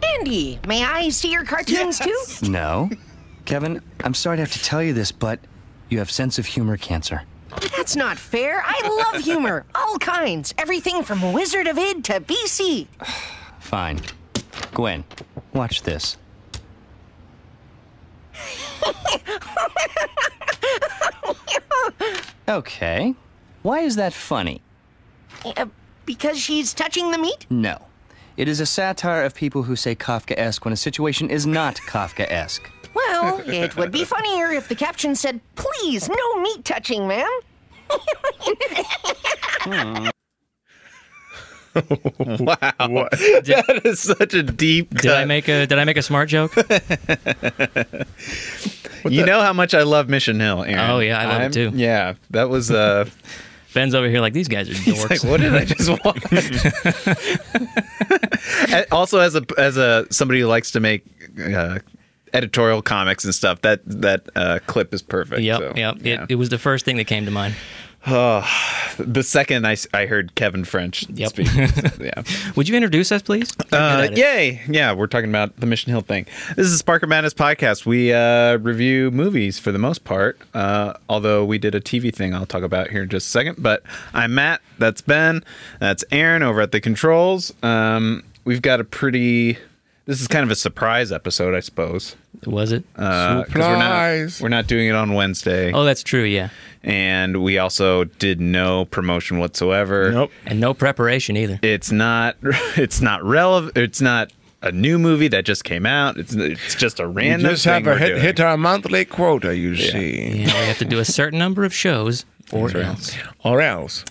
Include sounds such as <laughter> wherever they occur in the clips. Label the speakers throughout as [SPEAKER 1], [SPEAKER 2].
[SPEAKER 1] Maggie, may I see your cartoons too?
[SPEAKER 2] No. Kevin, I'm sorry to have to tell you this, but you have sense of humor cancer.
[SPEAKER 1] That's not fair. I love humor. All kinds. Everything from Wizard of Id to BC.
[SPEAKER 2] Fine. Gwen, watch this. okay. Why is that funny?
[SPEAKER 1] Uh, because she's touching the meat?
[SPEAKER 2] No. It is a satire of people who say Kafkaesque when a situation is not Kafkaesque.
[SPEAKER 1] Well, it would be funnier if the caption said, please, no meat touching, ma'am.
[SPEAKER 3] <laughs> Wow. that is such a deep cut.
[SPEAKER 4] Did I make a Did I make a
[SPEAKER 3] <laughs>
[SPEAKER 4] smart joke?
[SPEAKER 3] you know how much I love Mission Hill, Aaron.
[SPEAKER 4] Oh, yeah, I love it
[SPEAKER 3] I'm-
[SPEAKER 4] too.
[SPEAKER 3] Yeah, that was
[SPEAKER 4] <laughs>
[SPEAKER 3] uh
[SPEAKER 4] Ben's over here like these guys are dorks.
[SPEAKER 3] like what did I just
[SPEAKER 4] <laughs>
[SPEAKER 3] watch? And also as a as a somebody who likes to make uh, editorial comics and stuff, that that uh, clip is perfect.
[SPEAKER 4] Yep,
[SPEAKER 3] so,
[SPEAKER 4] yep.
[SPEAKER 3] yeah.
[SPEAKER 4] It, it was the first thing that came to mind,
[SPEAKER 3] the second I, s- I heard Kevin French
[SPEAKER 4] Yep.
[SPEAKER 3] speak.
[SPEAKER 4] <laughs>
[SPEAKER 3] yeah.
[SPEAKER 4] Would you introduce us, please?
[SPEAKER 3] Uh,
[SPEAKER 4] Good at it.
[SPEAKER 3] yay! Yeah, we're talking about the Mission Hill thing. This is Parker Madness podcast. We uh, review movies for the most part, uh, although we did a TV thing I'll talk about here in just a second. But I'm Matt. That's Ben. That's Aaron over at the controls. Um, we've got a pretty. This is kind of a surprise episode, I suppose.
[SPEAKER 4] Was it?
[SPEAKER 3] Uh, 'cause We're not,
[SPEAKER 5] Surprise.
[SPEAKER 3] we're not doing it on Wednesday,
[SPEAKER 4] oh, that's true. Yeah,
[SPEAKER 3] and we also did no promotion whatsoever.
[SPEAKER 5] Nope.
[SPEAKER 4] and no preparation either.
[SPEAKER 3] it's not <laughs> it's not relevant it's not a new movie that just came out it's it's just a
[SPEAKER 5] We
[SPEAKER 3] random
[SPEAKER 5] just
[SPEAKER 3] thing
[SPEAKER 5] have a
[SPEAKER 3] we're
[SPEAKER 5] hit,
[SPEAKER 3] doing.
[SPEAKER 5] hit our monthly quota, you see,
[SPEAKER 4] Yeah, we have to do a certain number of shows, or else,
[SPEAKER 5] or else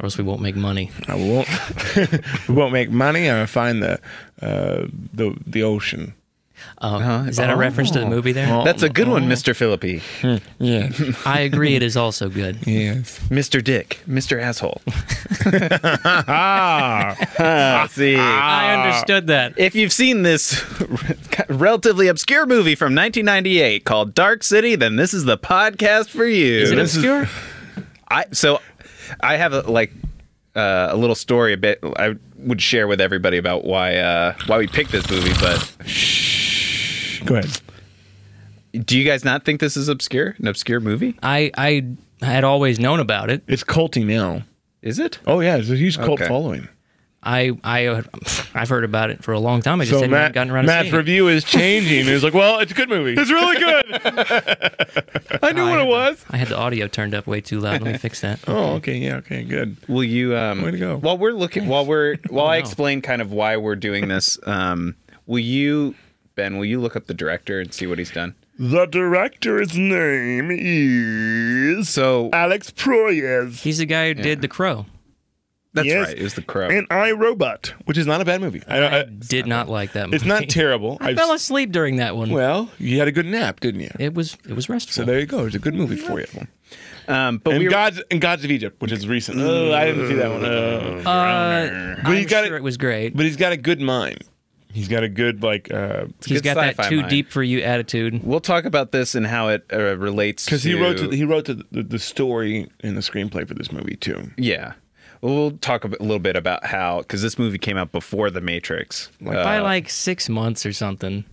[SPEAKER 4] or else we won't make money.
[SPEAKER 5] I won't. <laughs> we won't make money, or find the uh, the the ocean.
[SPEAKER 4] Oh,
[SPEAKER 3] Uh-huh.
[SPEAKER 4] is that a reference
[SPEAKER 3] Oh.
[SPEAKER 4] to the movie? There,
[SPEAKER 3] that's a good one
[SPEAKER 5] Uh-huh.
[SPEAKER 3] mr philippi
[SPEAKER 5] <laughs> Yes,
[SPEAKER 4] I agree. It is also good.
[SPEAKER 5] yes.
[SPEAKER 3] mr dick mr
[SPEAKER 5] <laughs>
[SPEAKER 3] asshole <laughs> Ah, see
[SPEAKER 4] I understood that.
[SPEAKER 3] if you've seen this <laughs> relatively obscure movie from 1998 called dark city then this is the podcast for you
[SPEAKER 4] Is it
[SPEAKER 3] This
[SPEAKER 4] obscure?
[SPEAKER 3] I so I have a, like uh, a little story a bit I would share with everybody about why uh, why we picked this movie. But
[SPEAKER 5] Go ahead.
[SPEAKER 3] do you guys not think this is obscure? An obscure movie?
[SPEAKER 4] I I had always known about it.
[SPEAKER 5] It's culty now.
[SPEAKER 3] Is it?
[SPEAKER 5] Oh yeah, it's a huge cult
[SPEAKER 3] Okay.
[SPEAKER 5] following.
[SPEAKER 4] I I I've heard about it for a long time. I just
[SPEAKER 5] So
[SPEAKER 4] hadn't
[SPEAKER 5] Matt,
[SPEAKER 4] gotten around to
[SPEAKER 5] Matt's
[SPEAKER 4] seeing it.
[SPEAKER 5] review is changing. He's like, well, it's a good movie. It's really good. I knew
[SPEAKER 4] I
[SPEAKER 5] what
[SPEAKER 4] had
[SPEAKER 5] it
[SPEAKER 4] the-
[SPEAKER 5] was.
[SPEAKER 4] I had the audio turned up way too loud. Let me
[SPEAKER 3] <laughs>
[SPEAKER 4] fix that.
[SPEAKER 5] <laughs> Oh, okay, yeah, okay, good.
[SPEAKER 3] Will you? Um,
[SPEAKER 5] Way to go.
[SPEAKER 3] While we're looking, while we're while I
[SPEAKER 4] Wow.
[SPEAKER 3] explain kind of why we're doing this, um, will you, Ben? Will you look up the director and see what he's done?
[SPEAKER 5] The director's name is
[SPEAKER 3] So
[SPEAKER 5] Alex Proyas
[SPEAKER 4] He's the guy who did The Crow.
[SPEAKER 3] that's
[SPEAKER 5] Yes.
[SPEAKER 3] right. It was the crow.
[SPEAKER 5] in I Robot, which is not a bad movie. I, I,
[SPEAKER 4] Did not like that movie.
[SPEAKER 5] Uh, it's not terrible.
[SPEAKER 4] <laughs> I
[SPEAKER 5] I've-
[SPEAKER 4] fell asleep during that one.
[SPEAKER 5] well, you had a good nap, didn't you?
[SPEAKER 4] it was it was restful.
[SPEAKER 5] So there you go. It's a good movie for you.
[SPEAKER 3] um, but
[SPEAKER 5] And
[SPEAKER 3] we were,
[SPEAKER 5] Gods and Gods of Egypt, which is recent. Oh, I didn't see that one. Oh.
[SPEAKER 4] uh,
[SPEAKER 5] But
[SPEAKER 4] I'm
[SPEAKER 5] you got
[SPEAKER 4] sure
[SPEAKER 5] it-
[SPEAKER 4] it was great.
[SPEAKER 5] But he's got a good mind. He's got a good like uh
[SPEAKER 4] He's
[SPEAKER 3] good
[SPEAKER 4] got that
[SPEAKER 3] sci-fi
[SPEAKER 4] too
[SPEAKER 3] mind.
[SPEAKER 4] deep for you attitude.
[SPEAKER 3] we'll talk about this and how it uh, relates.
[SPEAKER 5] because
[SPEAKER 3] Because
[SPEAKER 5] he wrote to, he wrote to the, the story and the screenplay for this movie too.
[SPEAKER 3] Yeah. Well, we'll talk a bit- little bit about how because this movie came out before The Matrix. Uh,
[SPEAKER 4] By like six months or something.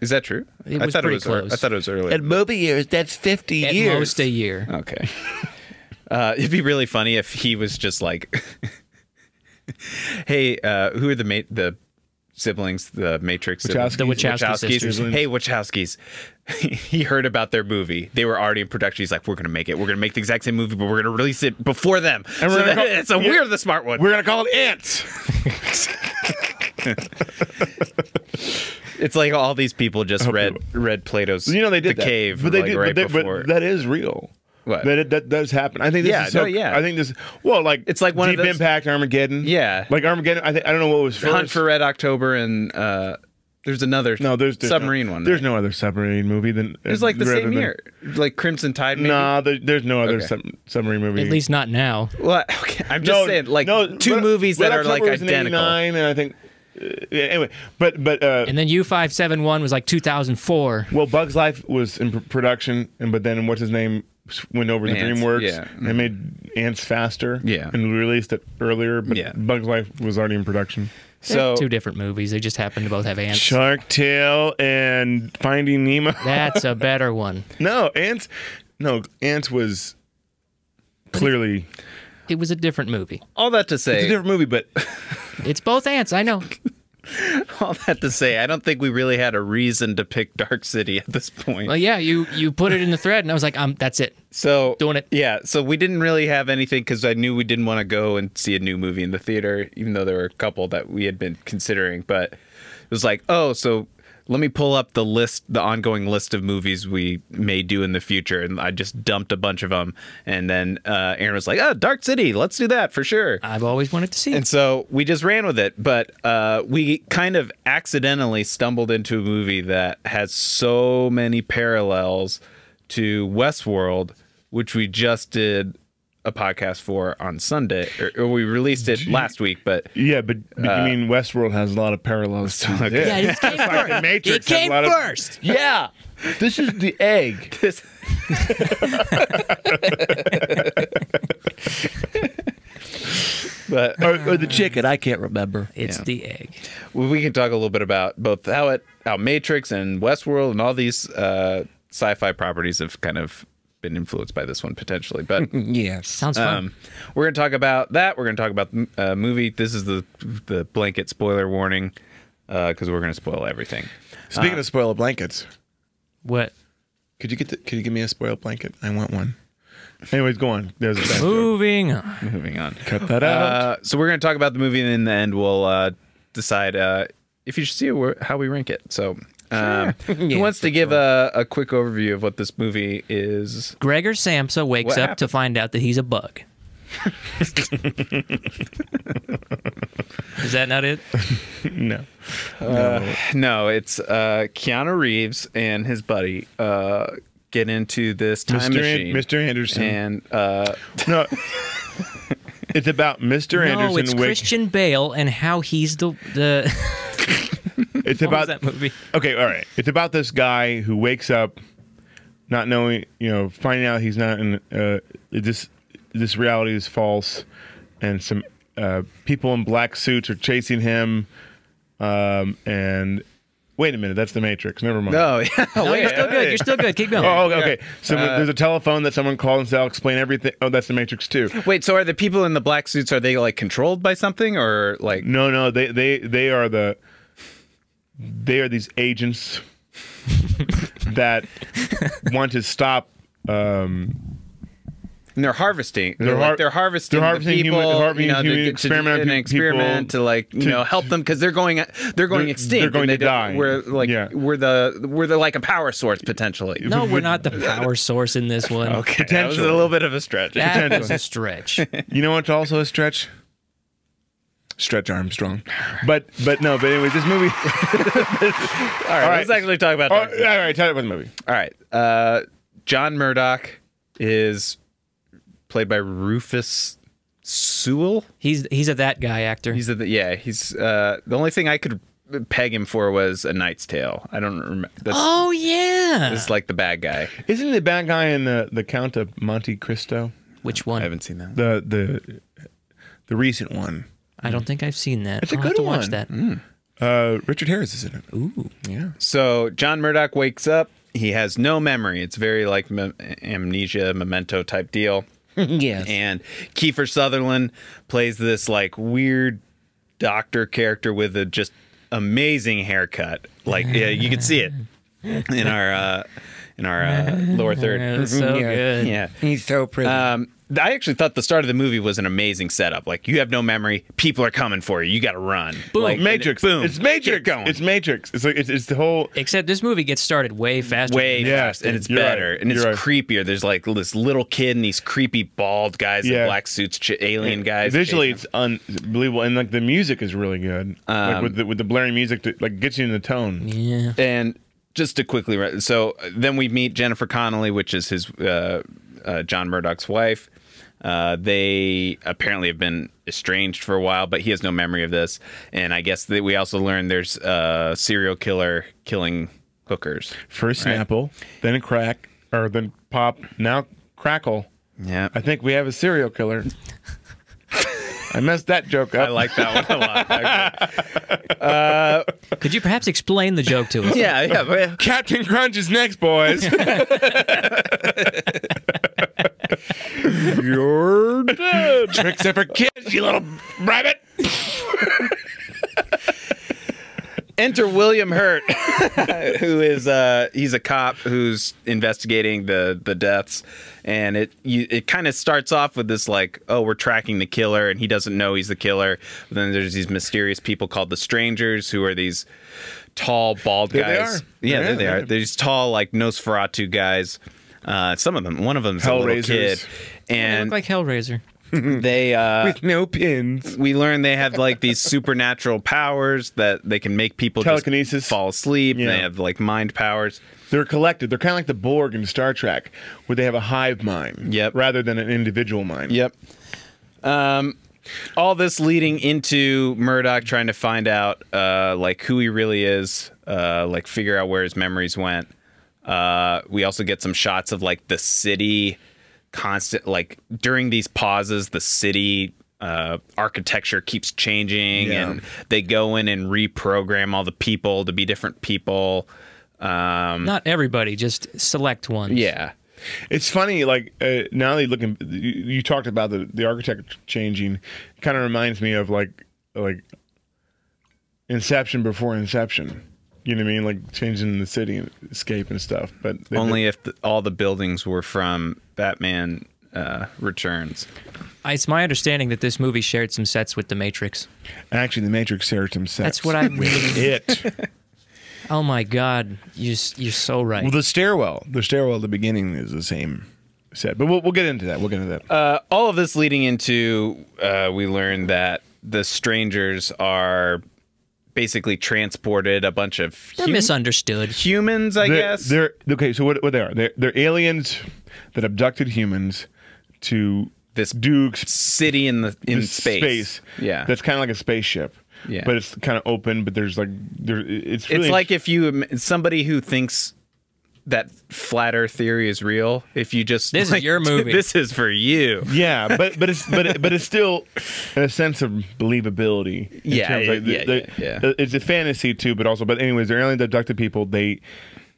[SPEAKER 3] is that true?
[SPEAKER 4] It
[SPEAKER 3] I
[SPEAKER 4] was
[SPEAKER 3] thought
[SPEAKER 4] pretty
[SPEAKER 3] it was. ear-
[SPEAKER 4] close.
[SPEAKER 3] I thought it was earlier.
[SPEAKER 5] movie years, that's fifty
[SPEAKER 4] At most a year.
[SPEAKER 3] okay. <laughs> uh, it'd be really funny if he was just like, <laughs> "Hey, uh, who are the ma- the siblings? The Matrix siblings?
[SPEAKER 4] The Wachowski sisters.
[SPEAKER 3] Hey, Wachowskis." <laughs> he heard about their movie. They were already in production. He's like, "We're gonna make it. We're gonna make the exact same movie, but we're gonna release it before them."
[SPEAKER 5] And we're
[SPEAKER 3] so
[SPEAKER 5] gonna
[SPEAKER 3] that-
[SPEAKER 5] <laughs> call-
[SPEAKER 3] so
[SPEAKER 5] yeah.
[SPEAKER 3] we're the smart one.
[SPEAKER 5] We're gonna call it Ants.
[SPEAKER 3] It's like all these people just read
[SPEAKER 5] people-
[SPEAKER 3] read Plato's
[SPEAKER 5] You know they did
[SPEAKER 3] the
[SPEAKER 5] that.
[SPEAKER 3] cave
[SPEAKER 5] but they
[SPEAKER 3] like,
[SPEAKER 5] did.
[SPEAKER 3] right
[SPEAKER 5] but, they-
[SPEAKER 3] before.
[SPEAKER 5] but that is real.
[SPEAKER 3] What?
[SPEAKER 5] That, that does happen. I think this
[SPEAKER 3] Yeah,
[SPEAKER 5] is so,
[SPEAKER 3] no, yeah.
[SPEAKER 5] I think this. Well, like
[SPEAKER 3] It's like one of
[SPEAKER 5] Deep
[SPEAKER 3] those-
[SPEAKER 5] Impact, Armageddon.
[SPEAKER 3] Yeah.
[SPEAKER 5] like Armageddon. I think I don't know what was first.
[SPEAKER 3] Hunt for Red October and uh, there's another
[SPEAKER 5] no, there's, there's
[SPEAKER 3] submarine
[SPEAKER 5] no,
[SPEAKER 3] one.
[SPEAKER 5] There's
[SPEAKER 3] right?
[SPEAKER 5] no other submarine movie than
[SPEAKER 3] It's like the
[SPEAKER 5] rather
[SPEAKER 3] same
[SPEAKER 5] than-
[SPEAKER 3] year, like Crimson Tide. Maybe?
[SPEAKER 5] Nah, there, there's no other
[SPEAKER 3] Okay.
[SPEAKER 5] sub, submarine movie.
[SPEAKER 4] At least not now.
[SPEAKER 3] Well, <laughs> okay, I'm just saying, like
[SPEAKER 5] no,
[SPEAKER 3] two
[SPEAKER 5] Red-
[SPEAKER 3] movies that
[SPEAKER 5] Red
[SPEAKER 3] are like
[SPEAKER 5] October was in
[SPEAKER 3] identical.
[SPEAKER 5] 89, and I think uh, yeah, anyway, but but uh,
[SPEAKER 4] And then U five seven one was like two thousand four.
[SPEAKER 5] well, Bugs Life was in pr- production, and but then what's his name s- went over to
[SPEAKER 3] Ants,
[SPEAKER 5] DreamWorks
[SPEAKER 3] yeah.
[SPEAKER 4] mm-hmm.
[SPEAKER 5] and made Ants faster,
[SPEAKER 3] Yeah.
[SPEAKER 5] and released it earlier. But
[SPEAKER 3] Yeah.
[SPEAKER 5] Bugs Life was already in production.
[SPEAKER 3] So
[SPEAKER 4] <laughs> Two different movies. They just happen to both have ants.
[SPEAKER 5] Shark Tale and Finding Nemo.
[SPEAKER 4] That's a better one.
[SPEAKER 5] <laughs> no, Ants. No, Ants was clearly
[SPEAKER 4] It was a different movie.
[SPEAKER 3] all that to
[SPEAKER 5] it's a
[SPEAKER 3] say,
[SPEAKER 5] different
[SPEAKER 4] <laughs>
[SPEAKER 5] movie, but
[SPEAKER 4] It's both ants. I know.
[SPEAKER 3] <laughs> all that to say, I don't think we really had a reason to pick Dark City at this point.
[SPEAKER 4] Well, yeah, you you put it in the thread, and I was like, um, that's it.
[SPEAKER 3] so
[SPEAKER 4] doing it.
[SPEAKER 3] Yeah, so we didn't really have anything because I knew we didn't want to go and see a new movie in the theater, even though there were a couple that we had been considering. But it was like, oh, so let me pull up the list, the ongoing list of movies we may do in the future, and I just dumped a bunch of them. And then uh, Aaron was like, oh, Dark City, let's do that for sure.
[SPEAKER 4] I've always wanted to see.
[SPEAKER 3] And
[SPEAKER 4] it.
[SPEAKER 3] so we just ran with it, but uh, we kind of accidentally stumbled into a movie that has so many parallels to Westworld, which we just did a podcast for on Sunday, or, or we released it last week. But
[SPEAKER 5] yeah, but, but you mean Westworld has a lot of parallels to it.
[SPEAKER 4] Uh, yeah,
[SPEAKER 5] <laughs>
[SPEAKER 4] it came first.
[SPEAKER 5] Matrix
[SPEAKER 4] It
[SPEAKER 5] has a
[SPEAKER 4] came
[SPEAKER 5] lot of-
[SPEAKER 4] first.
[SPEAKER 3] yeah,
[SPEAKER 5] This is the egg.
[SPEAKER 3] this <laughs> but
[SPEAKER 5] Or, or the chicken, I can't remember.
[SPEAKER 4] It's
[SPEAKER 3] Yeah.
[SPEAKER 4] the egg.
[SPEAKER 3] we can talk a little bit about both how it how Matrix and Westworld and all these uh, sci-fi properties have kind of been influenced by this one potentially. But
[SPEAKER 5] Yes.
[SPEAKER 4] Sounds fun.
[SPEAKER 3] um, we're going to talk about that. We're going to talk about the uh, movie. This is the the blanket spoiler warning because we're going to spoil everything.
[SPEAKER 4] Uh.
[SPEAKER 5] Speaking of spoiler blankets,
[SPEAKER 4] what
[SPEAKER 5] could you get the, could you give me a spoiler blanket? I want one. Anyways, go on. There's a
[SPEAKER 4] <laughs>
[SPEAKER 5] bad joke.
[SPEAKER 4] moving on.
[SPEAKER 3] Moving on.
[SPEAKER 5] Cut that out.
[SPEAKER 3] Uh, so we're going to talk about the movie, and in the end, we'll uh, decide uh, if you should see where, how we rank it. So, um, who wants to give a, a quick overview of what this movie is?
[SPEAKER 4] Gregor Samsa wakes
[SPEAKER 3] What
[SPEAKER 4] up to
[SPEAKER 3] happened?
[SPEAKER 4] find out that he's a bug.
[SPEAKER 3] <laughs>
[SPEAKER 4] Is that not it?
[SPEAKER 3] uh,
[SPEAKER 5] no.
[SPEAKER 3] No, it's uh, Keanu Reeves and his buddy uh, get into this time
[SPEAKER 5] Mr. An-
[SPEAKER 3] machine.
[SPEAKER 5] Mr. Anderson.
[SPEAKER 3] And uh, <laughs>
[SPEAKER 5] No. it's about Mr.
[SPEAKER 4] no,
[SPEAKER 5] Anderson.
[SPEAKER 4] it's
[SPEAKER 5] wake-
[SPEAKER 4] Christian Bale and how he's the
[SPEAKER 3] <laughs>
[SPEAKER 4] the.
[SPEAKER 5] It's
[SPEAKER 4] what was
[SPEAKER 5] about
[SPEAKER 4] that movie?
[SPEAKER 5] Okay, all right. It's about this guy who wakes up not knowing, you know, finding out he's not in uh, this this reality is false and some uh, people in black suits are chasing him um, and wait a minute, that's the Matrix. Never mind.
[SPEAKER 3] no, Oh, <laughs> Uh, yeah,
[SPEAKER 4] No,
[SPEAKER 3] wait,
[SPEAKER 4] you're still good. You're still good. Keep going.
[SPEAKER 5] Oh, okay. okay. So there's a telephone that someone calls and says, I'll explain everything. Oh, that's the Matrix too.
[SPEAKER 3] Wait, so are the people in the black suits are they like controlled by something or like
[SPEAKER 5] No, no, they they they are the they are these agents that want to stop. Um,
[SPEAKER 3] and they're harvesting? They're,
[SPEAKER 5] They're
[SPEAKER 3] like,
[SPEAKER 5] har-
[SPEAKER 3] they're harvesting
[SPEAKER 5] they're
[SPEAKER 3] the
[SPEAKER 5] harvesting
[SPEAKER 3] people,
[SPEAKER 5] human- harvesting
[SPEAKER 3] you know, to-
[SPEAKER 5] human
[SPEAKER 3] to,
[SPEAKER 5] experiment
[SPEAKER 3] to, an
[SPEAKER 5] people-
[SPEAKER 3] experiment to like you
[SPEAKER 5] to-
[SPEAKER 3] know help them because they're going they're going
[SPEAKER 5] They're-
[SPEAKER 3] extinct.
[SPEAKER 5] they're going
[SPEAKER 3] and they
[SPEAKER 5] to
[SPEAKER 3] don't-
[SPEAKER 5] die.
[SPEAKER 3] We're like
[SPEAKER 5] Yeah.
[SPEAKER 3] we're the we're the like a power source potentially.
[SPEAKER 4] no, we're not the power source in this one.
[SPEAKER 3] <laughs> okay, that was a little bit of a stretch.
[SPEAKER 4] That
[SPEAKER 5] potential.
[SPEAKER 4] was a stretch.
[SPEAKER 3] <laughs>
[SPEAKER 5] you know what's also a stretch? Stretch Armstrong, but but no, but anyways,
[SPEAKER 3] <laughs>
[SPEAKER 5] this movie.
[SPEAKER 3] All right, let's
[SPEAKER 5] right.
[SPEAKER 3] actually talk about.
[SPEAKER 5] all
[SPEAKER 3] Dark Side.
[SPEAKER 5] right, tell it about the movie.
[SPEAKER 3] All right. Uh, John Murdoch is played by Rufus Sewell.
[SPEAKER 4] He's he's a that guy actor.
[SPEAKER 3] He's the yeah. He's uh, the only thing I could peg him for was a Knight's Tale. I don't remember. That's,
[SPEAKER 4] <gasps> oh yeah.
[SPEAKER 3] that's like the bad guy.
[SPEAKER 5] Isn't he the bad guy in the the Count of Monte Cristo?
[SPEAKER 4] Which
[SPEAKER 3] I
[SPEAKER 4] one?
[SPEAKER 3] haven't seen that.
[SPEAKER 5] The the the recent one.
[SPEAKER 4] I don't think I've seen that.
[SPEAKER 5] It's a
[SPEAKER 4] I'll
[SPEAKER 5] good
[SPEAKER 4] have to watch
[SPEAKER 5] one.
[SPEAKER 4] that.
[SPEAKER 5] Uh, Richard Harris is in it.
[SPEAKER 4] Ooh.
[SPEAKER 5] Yeah.
[SPEAKER 3] So John Murdoch wakes up. He has no memory. It's very like mem- amnesia, memento type deal.
[SPEAKER 5] Yes.
[SPEAKER 3] And Kiefer Sutherland plays this like weird doctor character with a just amazing haircut. Like yeah, you can see it in our uh, in our uh, lower
[SPEAKER 4] Yeah,
[SPEAKER 3] third.
[SPEAKER 4] that's so
[SPEAKER 6] Yeah.
[SPEAKER 4] good.
[SPEAKER 3] Yeah.
[SPEAKER 6] He's so pretty.
[SPEAKER 3] Um, th- I actually thought the start of the movie was an amazing setup. Like you have no memory, people are coming for you. You got to run.
[SPEAKER 4] Boom.
[SPEAKER 3] Like, and it-
[SPEAKER 5] Matrix.
[SPEAKER 3] boom.
[SPEAKER 5] It's
[SPEAKER 3] Get
[SPEAKER 5] Matrix.
[SPEAKER 3] going.
[SPEAKER 5] It's Matrix. It's like it's, it's the whole
[SPEAKER 4] Except this movie gets started way faster.
[SPEAKER 3] way
[SPEAKER 4] than-
[SPEAKER 5] Yeah,
[SPEAKER 3] faster and it's
[SPEAKER 5] you're right.
[SPEAKER 3] better and it's
[SPEAKER 5] You're right.
[SPEAKER 3] creepier. There's like this little kid and these creepy bald guys in
[SPEAKER 5] Yeah.
[SPEAKER 3] black suits, ch- alien guys.
[SPEAKER 5] Visually,
[SPEAKER 3] chasing
[SPEAKER 5] it's unbelievable, and like the music is really good.
[SPEAKER 3] Um,
[SPEAKER 5] like with the, with the blaring music, that like gets you in the tone.
[SPEAKER 4] Yeah.
[SPEAKER 3] them. and just to quickly, re- so uh, then we meet Jennifer Connolly, which is his uh, uh, John Murdoch's wife. Uh, they apparently have been estranged for a while, but he has no memory of this. And I guess that we also learned there's a serial killer killing hookers.
[SPEAKER 5] First Snapple, then crack, or then pop, now crackle.
[SPEAKER 3] Yeah,
[SPEAKER 5] I think we have a serial killer. I messed that joke up.
[SPEAKER 3] I like that one a lot. actually.
[SPEAKER 4] Could you perhaps explain the joke
[SPEAKER 5] <laughs>
[SPEAKER 4] to
[SPEAKER 3] <laughs>
[SPEAKER 4] us?
[SPEAKER 3] yeah, yeah, but-
[SPEAKER 5] Captain Crunch is next, boys.
[SPEAKER 3] <laughs> You're dead.
[SPEAKER 5] Tricks up her kids, you little rabbit.
[SPEAKER 3] Enter William Hurt, <laughs> who is uh, he's a cop who's investigating the the deaths, and it you, it kind of starts off with this like, oh, we're tracking the killer, and he doesn't know he's the killer. But then there's these mysterious people called the Strangers, who are these tall, bald
[SPEAKER 5] There they
[SPEAKER 3] guys.
[SPEAKER 5] are.
[SPEAKER 3] Yeah,
[SPEAKER 5] Yeah,
[SPEAKER 3] there they
[SPEAKER 5] yeah.
[SPEAKER 3] are. They're these tall, like Nosferatu guys. Uh, some of them, one of them's a little
[SPEAKER 5] Hellraisers.
[SPEAKER 3] kid,
[SPEAKER 4] They
[SPEAKER 3] and
[SPEAKER 4] look like Hellraiser.
[SPEAKER 3] they uh,
[SPEAKER 5] No pins.
[SPEAKER 3] we learn they have like these supernatural powers that they can make people just
[SPEAKER 5] Telekinesis.
[SPEAKER 3] fall asleep.
[SPEAKER 5] Yeah.
[SPEAKER 3] They have like mind powers.
[SPEAKER 5] They're collected. They're kind of like the Borg in Star Trek, where they have a hive mind
[SPEAKER 3] Yep.
[SPEAKER 5] rather than an individual mind.
[SPEAKER 3] Yep. Um, all this leading into Murdoch trying to find out uh, like who he really is, uh, like figure out where his memories went. Uh, we also get some shots of like the city constant like during these pauses the city uh, architecture keeps changing
[SPEAKER 5] Yeah.
[SPEAKER 3] and they go in and reprogram all the people to be different people um,
[SPEAKER 4] Not everybody, just select ones.
[SPEAKER 3] yeah
[SPEAKER 5] It's funny, like uh, now that you looking, you, you talked about the the architect changing. It kind of reminds me of like like Inception before Inception. You know what I mean? Like changing the city and escape and stuff. But they-
[SPEAKER 3] only if the, all the buildings were from batman uh, returns
[SPEAKER 4] I- It's my understanding that this movie shared some sets with The Matrix.
[SPEAKER 5] actually, the Matrix Seratum sets.
[SPEAKER 4] That's what I
[SPEAKER 5] <laughs> with it.
[SPEAKER 4] Oh my God, you're s- you're so right.
[SPEAKER 5] Well, the stairwell, the stairwell at the beginning is the same set. But we'll we'll get into that. We'll get into that.
[SPEAKER 3] uh, all of this leading into uh, we learned that the strangers are basically transported a bunch of
[SPEAKER 4] They're
[SPEAKER 3] hum-
[SPEAKER 4] misunderstood.
[SPEAKER 3] humans i
[SPEAKER 5] they're,
[SPEAKER 3] guess
[SPEAKER 5] they're okay. So what? What they are? They're, they're aliens that abducted humans to
[SPEAKER 3] This
[SPEAKER 5] do ex-
[SPEAKER 3] city in the in
[SPEAKER 5] this
[SPEAKER 3] space. yeah
[SPEAKER 5] that's kind of like a spaceship.
[SPEAKER 3] Yeah.
[SPEAKER 5] but it's kind of open. But there's like there. It's really
[SPEAKER 3] it's like if you im- somebody who thinks that flat earth theory is real if you just
[SPEAKER 4] This is
[SPEAKER 3] like, <laughs>
[SPEAKER 4] your movie.
[SPEAKER 3] this is for you
[SPEAKER 5] yeah, but but it's but it, but it's still in a sense of believability. in
[SPEAKER 3] Yeah,
[SPEAKER 5] terms of, like,
[SPEAKER 3] yeah,
[SPEAKER 5] the-
[SPEAKER 3] yeah,
[SPEAKER 5] the- It's a fantasy too, but also but anyways, they're alien abducted people. They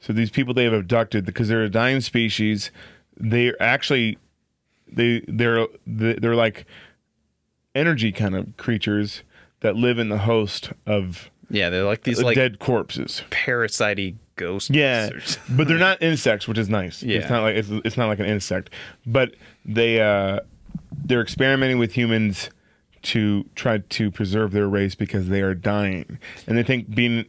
[SPEAKER 5] so these people they have abducted because they're a dying species. They're actually they they're they're like energy kind of creatures that live in the host of
[SPEAKER 3] yeah they're like these like
[SPEAKER 5] dead corpses.
[SPEAKER 3] parasite ghosts <laughs>
[SPEAKER 5] Yeah,
[SPEAKER 3] or
[SPEAKER 5] but they're not insects, which is nice.
[SPEAKER 3] Yeah.
[SPEAKER 5] it's not like it's, it's not like an insect, but they uh, they're experimenting with humans to try to preserve their race because they are dying, and they think being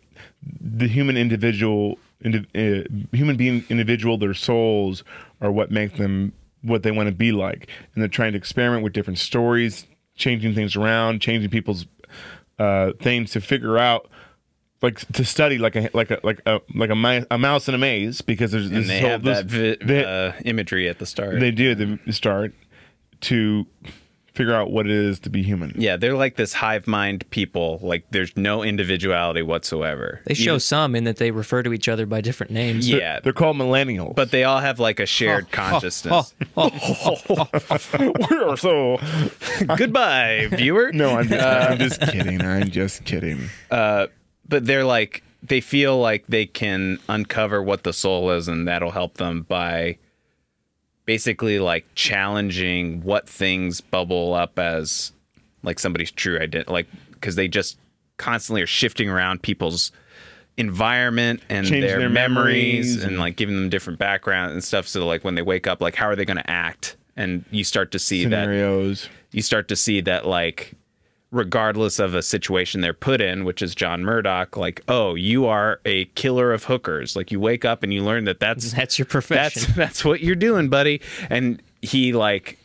[SPEAKER 5] the human individual, indi- uh, human being individual, their souls are what make them what they want to be like, and they're trying to experiment with different stories, changing things around, changing people's uh, things to figure out like to study like a like a like a like a, mi- a mouse in a maze because there's this
[SPEAKER 3] and they
[SPEAKER 5] whole
[SPEAKER 3] have
[SPEAKER 5] this,
[SPEAKER 3] that vi-
[SPEAKER 5] they,
[SPEAKER 3] uh, imagery at the start
[SPEAKER 5] they do at the start to figure out what it is to be human.
[SPEAKER 3] Yeah, they're like this hive mind people. Like there's no individuality whatsoever.
[SPEAKER 4] They show some in that they refer to each other by different names.
[SPEAKER 3] Yeah.
[SPEAKER 5] they're called millennials,
[SPEAKER 3] but they all have like a shared consciousness.
[SPEAKER 5] <laughs> we are so. <laughs>
[SPEAKER 3] Goodbye, viewer. <laughs>
[SPEAKER 5] No, I'm just, I'm just kidding. I'm just kidding.
[SPEAKER 3] But they're like they feel like they can uncover what the soul is and that'll help them by basically like challenging what things bubble up as like somebody's true identity like cuz they just constantly are shifting around people's environment and
[SPEAKER 5] Changing
[SPEAKER 3] their,
[SPEAKER 5] their
[SPEAKER 3] memories,
[SPEAKER 5] memories
[SPEAKER 3] and, like giving them different background and stuff so like when they wake up like how are they going to act and you start to see <laughs> that
[SPEAKER 5] Scenarios.
[SPEAKER 3] you start to see that like regardless of a situation they're put in which is john murdoch like oh you are a killer of hookers like you wake up and you learn that that's
[SPEAKER 4] <laughs> That's your profession.
[SPEAKER 3] that's that's what you're doing buddy and he like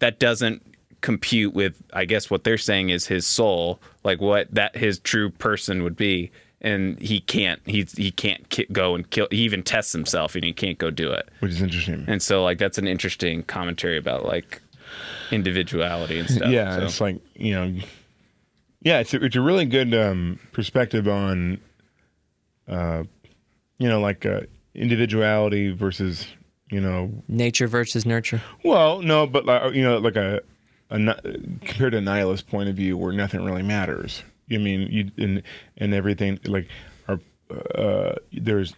[SPEAKER 3] that doesn't compute with i guess what they're saying is his soul like what that his true person would be and he can't he he can't ki- go and kill he even tests himself and he can't go do it
[SPEAKER 5] Which is interesting.
[SPEAKER 3] and so like that's an interesting commentary about like individuality and stuff.
[SPEAKER 5] yeah,
[SPEAKER 3] So-
[SPEAKER 5] it's like you know, yeah, it's a, it's a really good um, perspective on, uh, you know, like uh, individuality versus you know,
[SPEAKER 4] Nature versus nurture.
[SPEAKER 5] well, no, but like you know, like a a, ni- compared to a nihilist point of view where nothing really matters. I mean, you and and everything like are uh, there's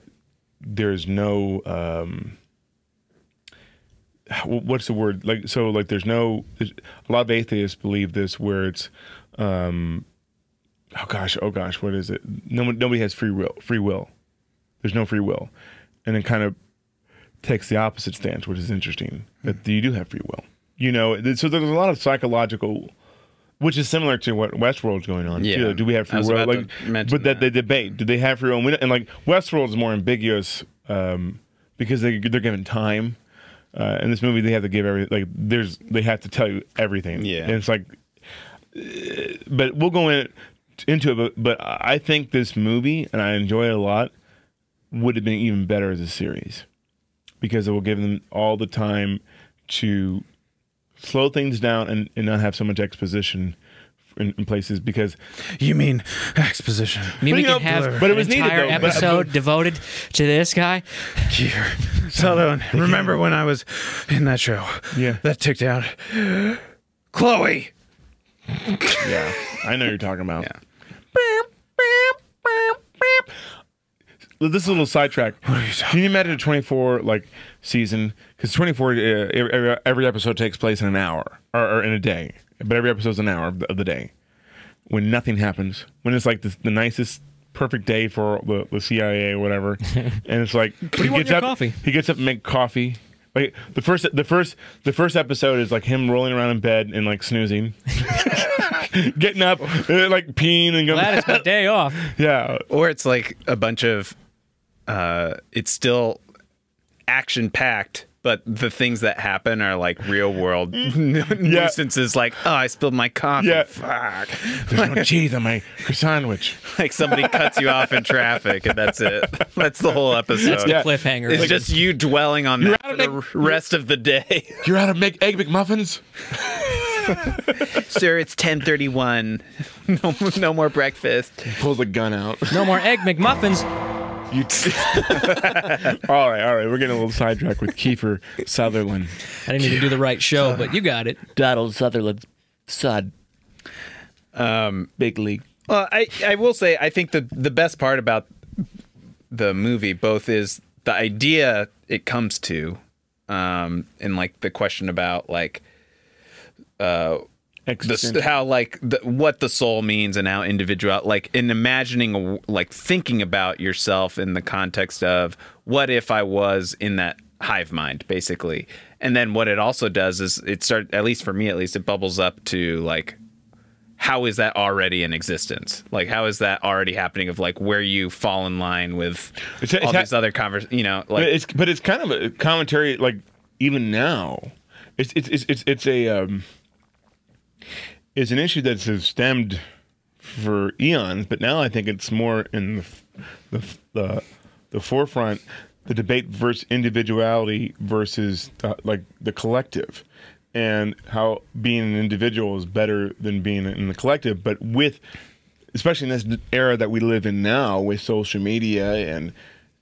[SPEAKER 5] there's no um, wh- what's the word like so like there's no there's, a lot of atheists believe this where it's um, oh gosh oh gosh what is it no one nobody has free will free will there's no free will and then kind of takes the opposite stance which is interesting that you do have free will you know th- so there's a lot of psychological which is similar to what Westworld's going on
[SPEAKER 3] Yeah.
[SPEAKER 5] too. Do we have
[SPEAKER 3] I
[SPEAKER 5] free
[SPEAKER 3] was
[SPEAKER 5] will?
[SPEAKER 3] about
[SPEAKER 5] Like,
[SPEAKER 3] to mention
[SPEAKER 5] but that,
[SPEAKER 3] that.
[SPEAKER 5] they debate: do they have free will? And we don't- And like Westworld's more ambiguous um, because they they're given time. Uh, in this movie, they have to give every like there's they have to tell you everything.
[SPEAKER 3] Yeah.
[SPEAKER 5] and it's like, uh, but we'll go in, into it. But, but I think this movie, and I enjoy it a lot, would have been even better as a series because it will give them all the time to slow things down and, and not have so much exposition in, in places because
[SPEAKER 3] You mean exposition?
[SPEAKER 4] I mean,
[SPEAKER 5] But,
[SPEAKER 4] we can
[SPEAKER 5] you know,
[SPEAKER 4] have
[SPEAKER 5] but it
[SPEAKER 4] an
[SPEAKER 5] was needed,
[SPEAKER 4] entire
[SPEAKER 5] though. But-
[SPEAKER 4] episode devoted to this guy.
[SPEAKER 3] Here, Sutherland. Remember when I was in that show?
[SPEAKER 5] Yeah.
[SPEAKER 3] that ticked out. Chloe.
[SPEAKER 5] yeah i know you're talking about
[SPEAKER 3] Yeah.
[SPEAKER 5] this is a little sidetrack can you imagine a 24 like season because 24 uh, every, every episode takes place in an hour or, or in a day but every episode's an hour of the, of the day when nothing happens when it's like the, the nicest perfect day for the, the cia
[SPEAKER 4] <laughs>
[SPEAKER 5] or whatever and it's like
[SPEAKER 4] want
[SPEAKER 5] he
[SPEAKER 4] in
[SPEAKER 5] gets
[SPEAKER 4] your
[SPEAKER 5] up
[SPEAKER 4] coffee?
[SPEAKER 5] he gets up and make coffee like the first the first the first episode is like him rolling around in bed and like snoozing getting up uh, like peeing and
[SPEAKER 4] Glad
[SPEAKER 5] going
[SPEAKER 4] it's my day off.
[SPEAKER 5] <laughs> yeah
[SPEAKER 3] Or it's like a bunch of, uh, it's still action packed, but the things that happen are like real world <laughs> nuisances. Like, oh, I spilled my coffee.
[SPEAKER 5] Yeah.
[SPEAKER 3] Fuck. <laughs>
[SPEAKER 5] there's no cheese on my croissant sandwich
[SPEAKER 3] Like somebody cuts you off in traffic, and that's it. <laughs> That's the whole episode.
[SPEAKER 5] Yeah.
[SPEAKER 4] Cliffhanger.
[SPEAKER 3] It's
[SPEAKER 4] Like,
[SPEAKER 3] just you dwelling on that for
[SPEAKER 5] out
[SPEAKER 3] the
[SPEAKER 5] of
[SPEAKER 3] r- rest of the day. <laughs>
[SPEAKER 5] you're out of make egg mcmuffins
[SPEAKER 3] Sir, it's ten thirty one. <laughs> No, no more breakfast.
[SPEAKER 5] pulls a gun out
[SPEAKER 4] no more egg McMuffins.
[SPEAKER 5] you t- all right all right we're getting a little sidetracked with kiefer sutherland
[SPEAKER 4] I didn't even do the right show, but you got it.
[SPEAKER 6] Donald Sutherland's son.
[SPEAKER 3] Um,
[SPEAKER 5] big league
[SPEAKER 3] Well, I, I will say I think the the best part about the movie both is the idea it comes to, um, and like the question about like the s- how like the, what the soul means and how individual like in imagining a w- like thinking about yourself in the context of what if I was in that hive mind basically, and then what it also does is it start at least for me at least it bubbles up to like how is that already in existence? Like, how is that already happening? Of like where you fall in line with
[SPEAKER 5] It's- it's
[SPEAKER 3] all
[SPEAKER 5] ha-
[SPEAKER 3] these other convers, you know,
[SPEAKER 5] But
[SPEAKER 3] like
[SPEAKER 5] it's but it's kind of a commentary like even now it's it's it's it's, it's a um it's an issue that's has stemmed for eons but now i think it's more in the f- the f- the, the forefront the debate versus individuality versus uh, like the collective and how being an individual is better than being in the collective but with especially in this era that we live in now with social media and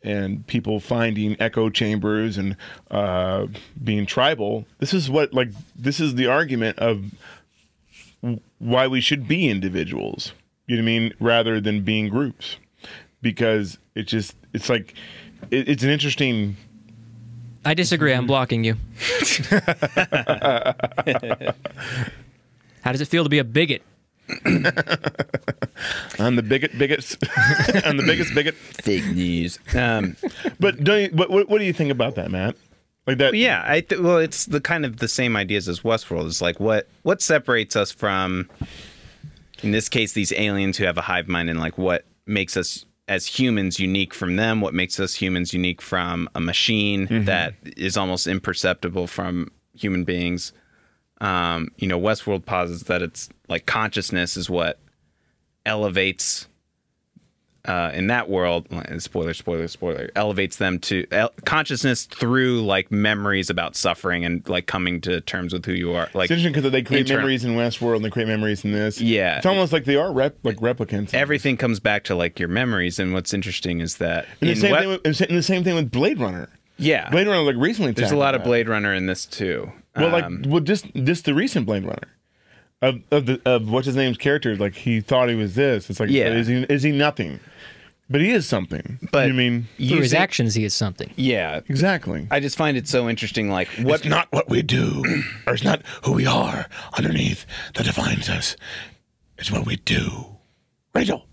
[SPEAKER 5] and people finding echo chambers and uh, being tribal this is what like this is the argument of why we should be individuals. You know what I mean? Rather than being groups, because it just it's like it, it's an interesting.
[SPEAKER 4] I disagree. I'm blocking you. How does it feel to be a bigot?
[SPEAKER 5] I'm the bigot, bigot. <laughs> I'm the biggest bigot.
[SPEAKER 3] fake news. Um,
[SPEAKER 5] But don't you, but what, what do you think about that, Matt? Like that?
[SPEAKER 3] yeah, I th- well, it's the kind of the same ideas as Westworld. Is like what what separates us from, in this case, these aliens who have a hive mind, and like what makes us as humans unique from them. What makes us humans unique from a machine that is almost imperceptible from human beings. Um, you know, Westworld posits that it's like consciousness is what elevates uh, in that world, spoiler, spoiler, spoiler, elevates them to el- consciousness through like memories about suffering and like coming to terms with who you are. Like
[SPEAKER 5] It's interesting because they create
[SPEAKER 3] Internal-
[SPEAKER 5] memories in Westworld and they create memories in this.
[SPEAKER 3] Yeah.
[SPEAKER 5] it's almost like they are rep, like replicants.
[SPEAKER 3] everything comes back to like your memories. And what's interesting is that
[SPEAKER 5] And the,
[SPEAKER 3] in
[SPEAKER 5] same
[SPEAKER 3] Wes-
[SPEAKER 5] thing with, and sa- and the same thing with Blade Runner.
[SPEAKER 3] yeah,
[SPEAKER 5] Blade Runner like recently.
[SPEAKER 3] there's a
[SPEAKER 5] tackled
[SPEAKER 3] lot of
[SPEAKER 5] that.
[SPEAKER 3] Blade Runner in this too.
[SPEAKER 5] Well, like
[SPEAKER 3] Um,
[SPEAKER 5] well, just just the recent Blade Runner. of of, the, of what's his name's character. Like he thought he was this. It's like,
[SPEAKER 3] Yeah.
[SPEAKER 5] is he is he nothing? But he is something.
[SPEAKER 3] But
[SPEAKER 5] you mean
[SPEAKER 4] Through his
[SPEAKER 3] using-
[SPEAKER 4] actions, he is something.
[SPEAKER 3] Yeah,
[SPEAKER 5] exactly?
[SPEAKER 3] I just find it so interesting. Like what?
[SPEAKER 7] It's not what we do, or it's not who we are underneath that defines us. It's what we do. Rachel.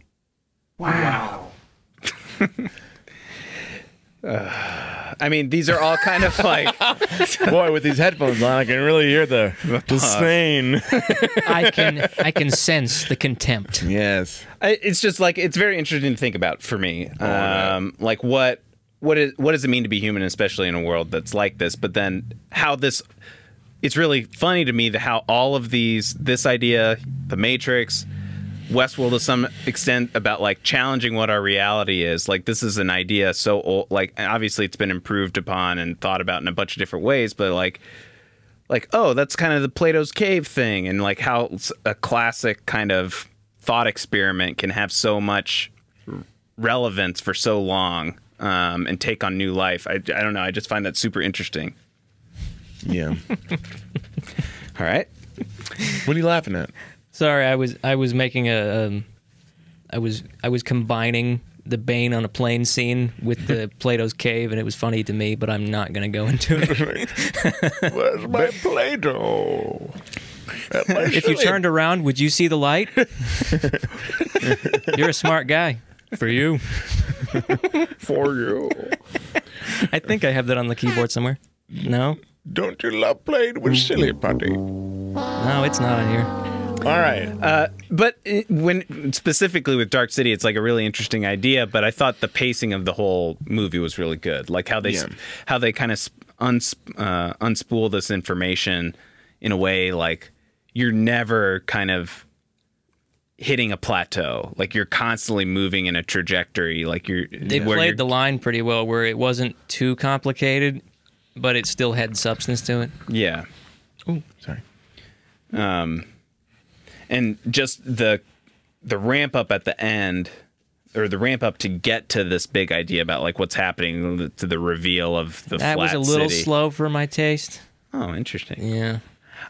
[SPEAKER 3] I mean, these are all kind of like
[SPEAKER 5] <laughs> Boy, with these headphones on, I can really hear the the <laughs> stain.
[SPEAKER 4] I can I can sense the contempt.
[SPEAKER 5] yes.
[SPEAKER 3] I- it's just like it's very interesting to think about for me. Um, like what what is what does it mean to be human, especially in a world that's like this? But then how this it's really funny to me that how all of these this idea, the Matrix, Westworld to some extent about like challenging what our reality is. Like this is an idea so old. Like and obviously it's been improved upon and thought about in a bunch of different ways, but like like oh that's kind of the plato's cave thing and like how s- a classic kind of thought experiment can have so much r- relevance for so long um, and take on new life I, I don't know i just find that super interesting
[SPEAKER 5] Yeah.
[SPEAKER 3] all right
[SPEAKER 5] what are you laughing at?
[SPEAKER 4] Sorry, I was I was making a um, I was I was combining the Bane on a plane scene with the Plato's cave, and it was funny to me. But I'm not gonna go into it.
[SPEAKER 5] Where's my Play-Doh?
[SPEAKER 4] <laughs> if you turned around, would you see the <laughs> light? You're a smart guy. For you,
[SPEAKER 5] For you.
[SPEAKER 4] I think I have that on the keyboard somewhere. No,
[SPEAKER 7] Don't you love playing with silly putty?
[SPEAKER 4] no, it's not on here.
[SPEAKER 5] All right. Uh,
[SPEAKER 3] but it- when specifically with dark city it's like a really interesting idea but i thought the pacing of the whole movie was really good like how they s
[SPEAKER 5] Yeah.
[SPEAKER 3] how they kind of sp- uns- uh, unspool this information in a way like you're never kind of hitting a plateau like you're constantly moving in a trajectory like you're where
[SPEAKER 4] They
[SPEAKER 3] you're-
[SPEAKER 4] played the line pretty well, where it wasn't too complicated, but it still had substance to it.
[SPEAKER 3] yeah
[SPEAKER 5] Sorry.
[SPEAKER 3] and just the the ramp up at the end or the ramp up to get to this big idea about like what's happening to the reveal of the
[SPEAKER 4] That was
[SPEAKER 3] flat
[SPEAKER 4] a little
[SPEAKER 3] city.
[SPEAKER 4] slow for my taste.
[SPEAKER 3] Oh, interesting.
[SPEAKER 4] Yeah.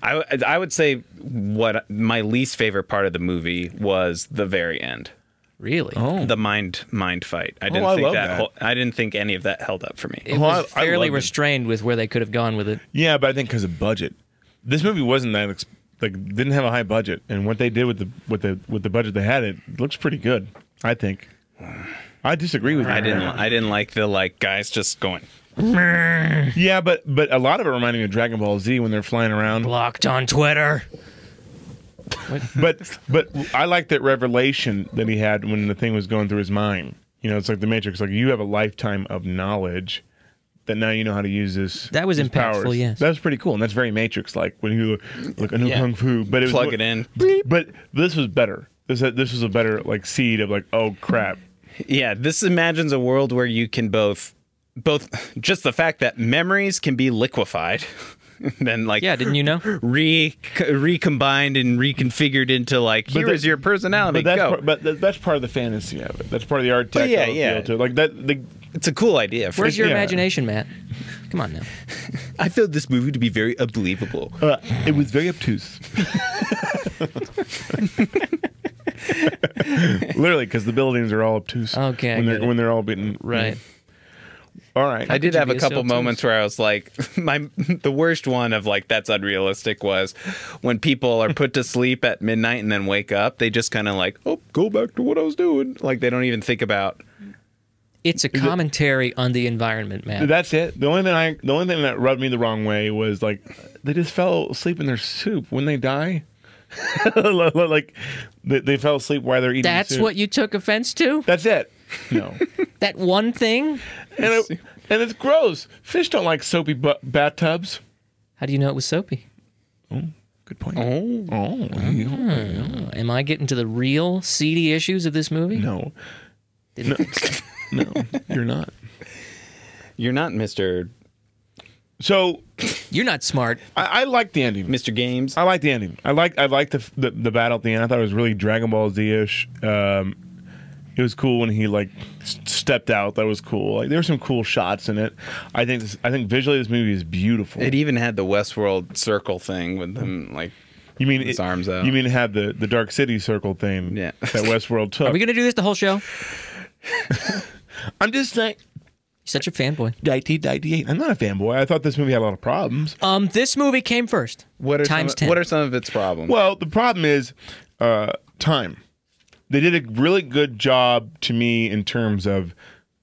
[SPEAKER 3] I I would say what my least favorite part of the movie was the very end.
[SPEAKER 4] Really?
[SPEAKER 3] The mind mind fight. I didn't
[SPEAKER 5] Oh, I
[SPEAKER 3] think
[SPEAKER 5] love
[SPEAKER 3] that,
[SPEAKER 5] that.
[SPEAKER 3] hol- I didn't think any of that held up for me.
[SPEAKER 4] It
[SPEAKER 5] Oh, I-
[SPEAKER 4] was
[SPEAKER 5] I
[SPEAKER 4] fairly
[SPEAKER 5] loved it.
[SPEAKER 4] restrained with where they could have gone with it.
[SPEAKER 5] Yeah, but I think because of budget, this movie wasn't that ex- like didn't have a high budget, and what they did with the with the with the budget they had, it looks pretty good. I think. I disagree with you.
[SPEAKER 3] I didn't I didn't like the like guys just going.
[SPEAKER 5] Yeah, but but a lot of it reminded me of Dragon Ball Z when they're flying around.
[SPEAKER 4] Blocked on Twitter.
[SPEAKER 5] But but I like that revelation that he had when the thing was going through his mind. You know, it's like the Matrix. Like you have a lifetime of knowledge that now you know how to use this.
[SPEAKER 4] That was
[SPEAKER 5] these
[SPEAKER 4] impactful,
[SPEAKER 5] powers.
[SPEAKER 4] yes.
[SPEAKER 5] that was pretty cool, and that's very Matrix. Like when you like I know kung fu, but it was
[SPEAKER 3] Plug it in.
[SPEAKER 5] But this was better. This this was a better like seed of like oh crap.
[SPEAKER 3] Yeah, this imagines a world where you can both both just the fact that memories can be liquefied <laughs> then like
[SPEAKER 4] Yeah, didn't you know?
[SPEAKER 3] re recombined and reconfigured into like here is
[SPEAKER 5] that-
[SPEAKER 3] your
[SPEAKER 5] But
[SPEAKER 3] personality
[SPEAKER 5] that's
[SPEAKER 3] go.
[SPEAKER 5] part, but that, that's part of the fantasy of it. That's part of the art.
[SPEAKER 3] But yeah,
[SPEAKER 5] tactile
[SPEAKER 3] yeah.
[SPEAKER 5] appeal To it. Like that. The,
[SPEAKER 3] it's a cool idea. For
[SPEAKER 4] Where's your
[SPEAKER 5] Yeah.
[SPEAKER 4] imagination, Matt? Come on now.
[SPEAKER 3] I found this movie to be very unbelievable.
[SPEAKER 5] uh, it was very
[SPEAKER 4] <laughs>
[SPEAKER 5] obtuse. Literally, because the buildings are all obtuse.
[SPEAKER 4] Okay, I
[SPEAKER 5] When
[SPEAKER 4] get
[SPEAKER 5] they're
[SPEAKER 4] it.
[SPEAKER 5] when they're all being
[SPEAKER 4] Right.
[SPEAKER 5] All right.
[SPEAKER 3] I did
[SPEAKER 4] you
[SPEAKER 3] have
[SPEAKER 4] be
[SPEAKER 3] a
[SPEAKER 4] a
[SPEAKER 3] couple
[SPEAKER 4] sales
[SPEAKER 3] moments where I was like, <laughs> my the worst one of like that's unrealistic was when people are
[SPEAKER 4] <laughs>
[SPEAKER 3] put to sleep at midnight and then wake up. They just kind of like, oh, go back to what I was doing. Like they don't even think about.
[SPEAKER 4] It's a commentary on the environment, Matt.
[SPEAKER 5] That's it. The only thing I the only thing that rubbed me the wrong way was like they just fell asleep in their soup when they die. <laughs> like they, they fell asleep while they're eating.
[SPEAKER 4] That's
[SPEAKER 5] soup.
[SPEAKER 4] what you took offense to?
[SPEAKER 5] That's it. <laughs> No.
[SPEAKER 4] That one thing?
[SPEAKER 5] and it, and it's gross. Fish don't like soapy bu- bathtubs.
[SPEAKER 4] How do you know it was soapy?
[SPEAKER 5] Good point. Oh,
[SPEAKER 4] Oh, am I getting to the real seedy issues of this movie?
[SPEAKER 5] No. No. <laughs> no, you're not.
[SPEAKER 3] You're not Mister
[SPEAKER 5] So
[SPEAKER 4] You're not smart.
[SPEAKER 5] I, I like the ending.
[SPEAKER 3] Mister Games.
[SPEAKER 5] I like the ending. I like I like the, the the battle at the end. I thought it was really Dragon Ball Z ish. Um, it was cool when he like s- stepped out. That was cool. Like there were some cool shots in it. I think this, I think visually this movie is beautiful.
[SPEAKER 3] It even had the Westworld circle thing with them like
[SPEAKER 5] You mean
[SPEAKER 3] His
[SPEAKER 5] it-
[SPEAKER 3] arms out.
[SPEAKER 5] You mean it had the the Dark City circle thing?
[SPEAKER 3] Yeah.
[SPEAKER 5] <laughs> That Westworld took.
[SPEAKER 4] Are we gonna do this the whole show? You're
[SPEAKER 5] I'm just saying.
[SPEAKER 4] such a fanboy.
[SPEAKER 5] 1998. I'm not a fanboy. I thought this movie had a lot of problems.
[SPEAKER 4] Um, this movie came first.
[SPEAKER 3] What are
[SPEAKER 4] times
[SPEAKER 3] some,
[SPEAKER 4] ten?
[SPEAKER 3] What are some of its problems?
[SPEAKER 5] Well, the problem is uh, time. They did a really good job to me in terms of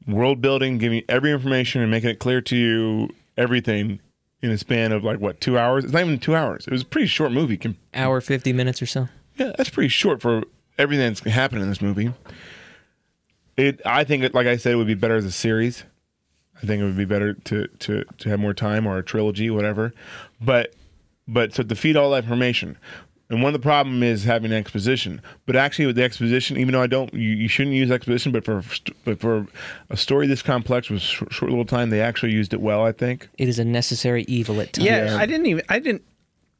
[SPEAKER 5] world building, giving you every information and making it clear to you everything in a span of like what two hours? It's not even two hours. It was a pretty short movie. Com-
[SPEAKER 4] hour fifty minutes or so?
[SPEAKER 5] Yeah, that's pretty short for everything that's happening in this movie. It, I think, it, like I said, it would be better as a series. I think it would be better to to to have more time or a trilogy, whatever. But but so to feed all that information. And one of the problem is having exposition. But actually, with the exposition, even though I don't, you, you shouldn't use exposition. But for but for a story this complex with short, short little time, they actually used it well. I think.
[SPEAKER 4] It is a necessary evil at times.
[SPEAKER 3] yeah, I didn't even. I didn't.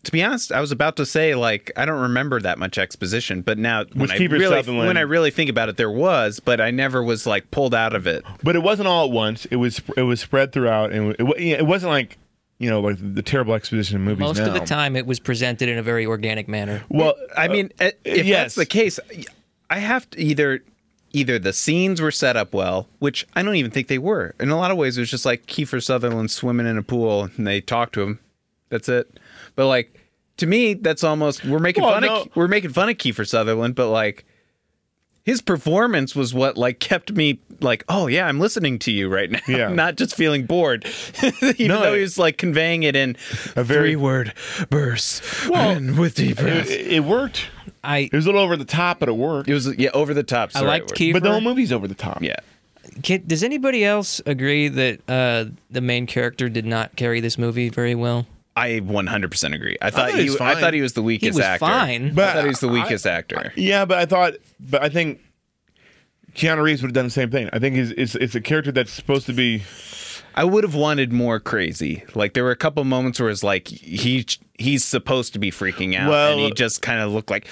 [SPEAKER 3] To be honest, I was about to say like I don't remember that much exposition, but now when I
[SPEAKER 5] Kiefer
[SPEAKER 3] really
[SPEAKER 5] Sutherland.
[SPEAKER 3] when I really think about it, there was, but I never was like pulled out of it.
[SPEAKER 5] But it wasn't all at once. It was it was spread throughout, and it, wa- yeah, it wasn't like you know like the terrible exposition in movies.
[SPEAKER 4] Most of the
[SPEAKER 5] now.
[SPEAKER 4] time, it was presented in a very organic manner.
[SPEAKER 5] Well,
[SPEAKER 3] I mean, i- if that's
[SPEAKER 5] yes.
[SPEAKER 3] the case, I have to either either the scenes were set up well, which I don't even think they were. In a lot of ways, it was just like Kiefer Sutherland swimming in a pool and they talk to him. That's it. But like to me, that's almost we're making
[SPEAKER 5] Well,
[SPEAKER 3] fun
[SPEAKER 5] no.
[SPEAKER 3] of we're making fun of Kiefer Sutherland, but like his performance was what like kept me like oh yeah i'm listening to you right now
[SPEAKER 5] Yeah.
[SPEAKER 3] <laughs> not just feeling bored <laughs> even
[SPEAKER 5] No,
[SPEAKER 3] though
[SPEAKER 5] it-
[SPEAKER 3] he was like conveying it in a
[SPEAKER 5] very-
[SPEAKER 3] three word bursts and with deep breath
[SPEAKER 5] it, it worked.
[SPEAKER 4] I
[SPEAKER 5] It was a little over the top, but it worked.
[SPEAKER 3] it was yeah, over the top.
[SPEAKER 4] I liked
[SPEAKER 3] Keith.
[SPEAKER 4] Kiefer.
[SPEAKER 5] but the whole movie's over the top.
[SPEAKER 3] Yeah,
[SPEAKER 4] Can, does anybody else agree that uh, the main character did not carry this movie very well?
[SPEAKER 3] I 100% agree. I thought
[SPEAKER 5] thought he
[SPEAKER 3] he,
[SPEAKER 5] was
[SPEAKER 3] I
[SPEAKER 5] fine.
[SPEAKER 3] thought he was the weakest
[SPEAKER 4] was
[SPEAKER 3] actor.
[SPEAKER 4] fine.
[SPEAKER 5] But
[SPEAKER 3] I thought he was the
[SPEAKER 5] I-
[SPEAKER 3] weakest actor.
[SPEAKER 5] Yeah, but I thought, but I think Keanu Reeves would have done the same thing. I think he's, it's it's a character that's supposed to be.
[SPEAKER 3] I would have wanted more crazy. Like there were a couple moments where it's like he he's supposed to be freaking out,
[SPEAKER 5] Well-
[SPEAKER 3] and he just kind of looked like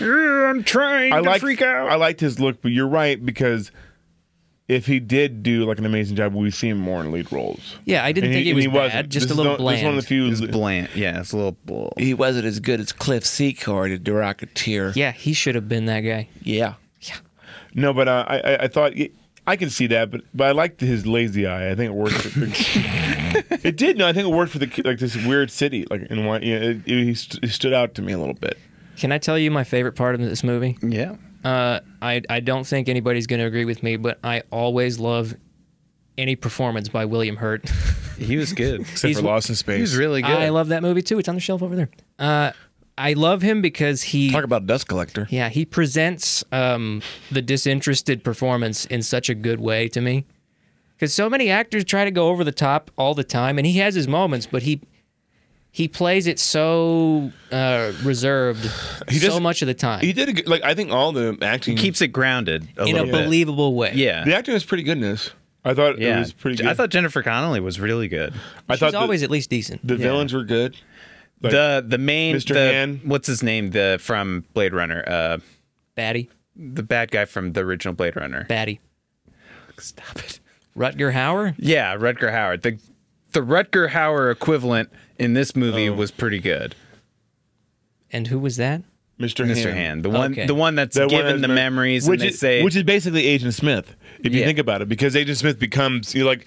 [SPEAKER 3] "Yeah, I'm trying to
[SPEAKER 5] I like
[SPEAKER 3] freak out.
[SPEAKER 5] I liked his look, but you're right because if he did do like an amazing job, we see him more in lead roles.
[SPEAKER 4] Yeah, I didn't
[SPEAKER 5] And
[SPEAKER 4] think it
[SPEAKER 5] and
[SPEAKER 4] was
[SPEAKER 5] wasn't.
[SPEAKER 4] bad, just
[SPEAKER 5] This
[SPEAKER 4] a
[SPEAKER 5] is
[SPEAKER 4] little
[SPEAKER 5] the- This is one of the few.
[SPEAKER 3] It's bland. Yeah, it's a little. Blah.
[SPEAKER 6] He wasn't as good as Cliff Seek or the Rocketeer.
[SPEAKER 4] Yeah, he should have been that guy.
[SPEAKER 6] Yeah.
[SPEAKER 5] No, but uh, I, I I thought I could see that, but but I liked his lazy eye. I think it worked. For <laughs> it did. No, I think it worked for the like this weird city. Like in one, you know, it, it, he st- it stood out to me a little bit.
[SPEAKER 4] Can I tell you my favorite part of this movie?
[SPEAKER 3] Yeah.
[SPEAKER 4] Uh, I I don't think anybody's going to agree with me, but I always love any performance by William Hurt.
[SPEAKER 3] he was
[SPEAKER 5] <laughs>
[SPEAKER 3] good.
[SPEAKER 7] Except
[SPEAKER 4] He's-
[SPEAKER 7] for Lost in Space.
[SPEAKER 3] he was really good.
[SPEAKER 4] I love that movie too. It's on the shelf over there. Uh, I love him because he
[SPEAKER 7] Talk about Dust Collector.
[SPEAKER 4] yeah he presents um, the disinterested performance in such a good way to me. Because so many actors try to go over the top all the time, and he has his moments, but he he plays it so uh, reserved so
[SPEAKER 5] doesn't-
[SPEAKER 4] much of the time
[SPEAKER 5] He did a good, like I think all the acting.
[SPEAKER 3] Keeps it grounded a
[SPEAKER 4] in a
[SPEAKER 3] little bit.
[SPEAKER 4] believable way.
[SPEAKER 3] yeah.
[SPEAKER 5] the acting was pretty good in this. I thought
[SPEAKER 3] yeah.
[SPEAKER 5] it was pretty good.
[SPEAKER 3] I thought Jennifer Connelly was really good.
[SPEAKER 5] I
[SPEAKER 4] She's
[SPEAKER 5] thought the,
[SPEAKER 4] always at least decent.
[SPEAKER 5] the villains were good. Like,
[SPEAKER 3] the the main
[SPEAKER 5] Mr.
[SPEAKER 3] the-
[SPEAKER 5] Han.
[SPEAKER 3] what's his name the from Blade Runner uh
[SPEAKER 4] Batty,
[SPEAKER 3] the bad guy from the original Blade Runner
[SPEAKER 4] Batty,
[SPEAKER 3] stop it
[SPEAKER 4] Rutger Hauer.
[SPEAKER 3] yeah Rutger Howard the the Rutger Hauer equivalent in this
[SPEAKER 5] Oh.
[SPEAKER 3] movie was pretty good
[SPEAKER 4] And who was that?
[SPEAKER 5] Mr.
[SPEAKER 3] Mr.
[SPEAKER 5] Han.
[SPEAKER 3] Han the one
[SPEAKER 4] Okay.
[SPEAKER 3] the one that's
[SPEAKER 5] That one
[SPEAKER 3] given
[SPEAKER 5] that's
[SPEAKER 3] the
[SPEAKER 5] been-
[SPEAKER 3] memories
[SPEAKER 5] which
[SPEAKER 3] and they
[SPEAKER 5] is,
[SPEAKER 3] say
[SPEAKER 5] which is basically Agent Smith, if you
[SPEAKER 3] Yeah.
[SPEAKER 5] think about it, because Agent Smith becomes you know, like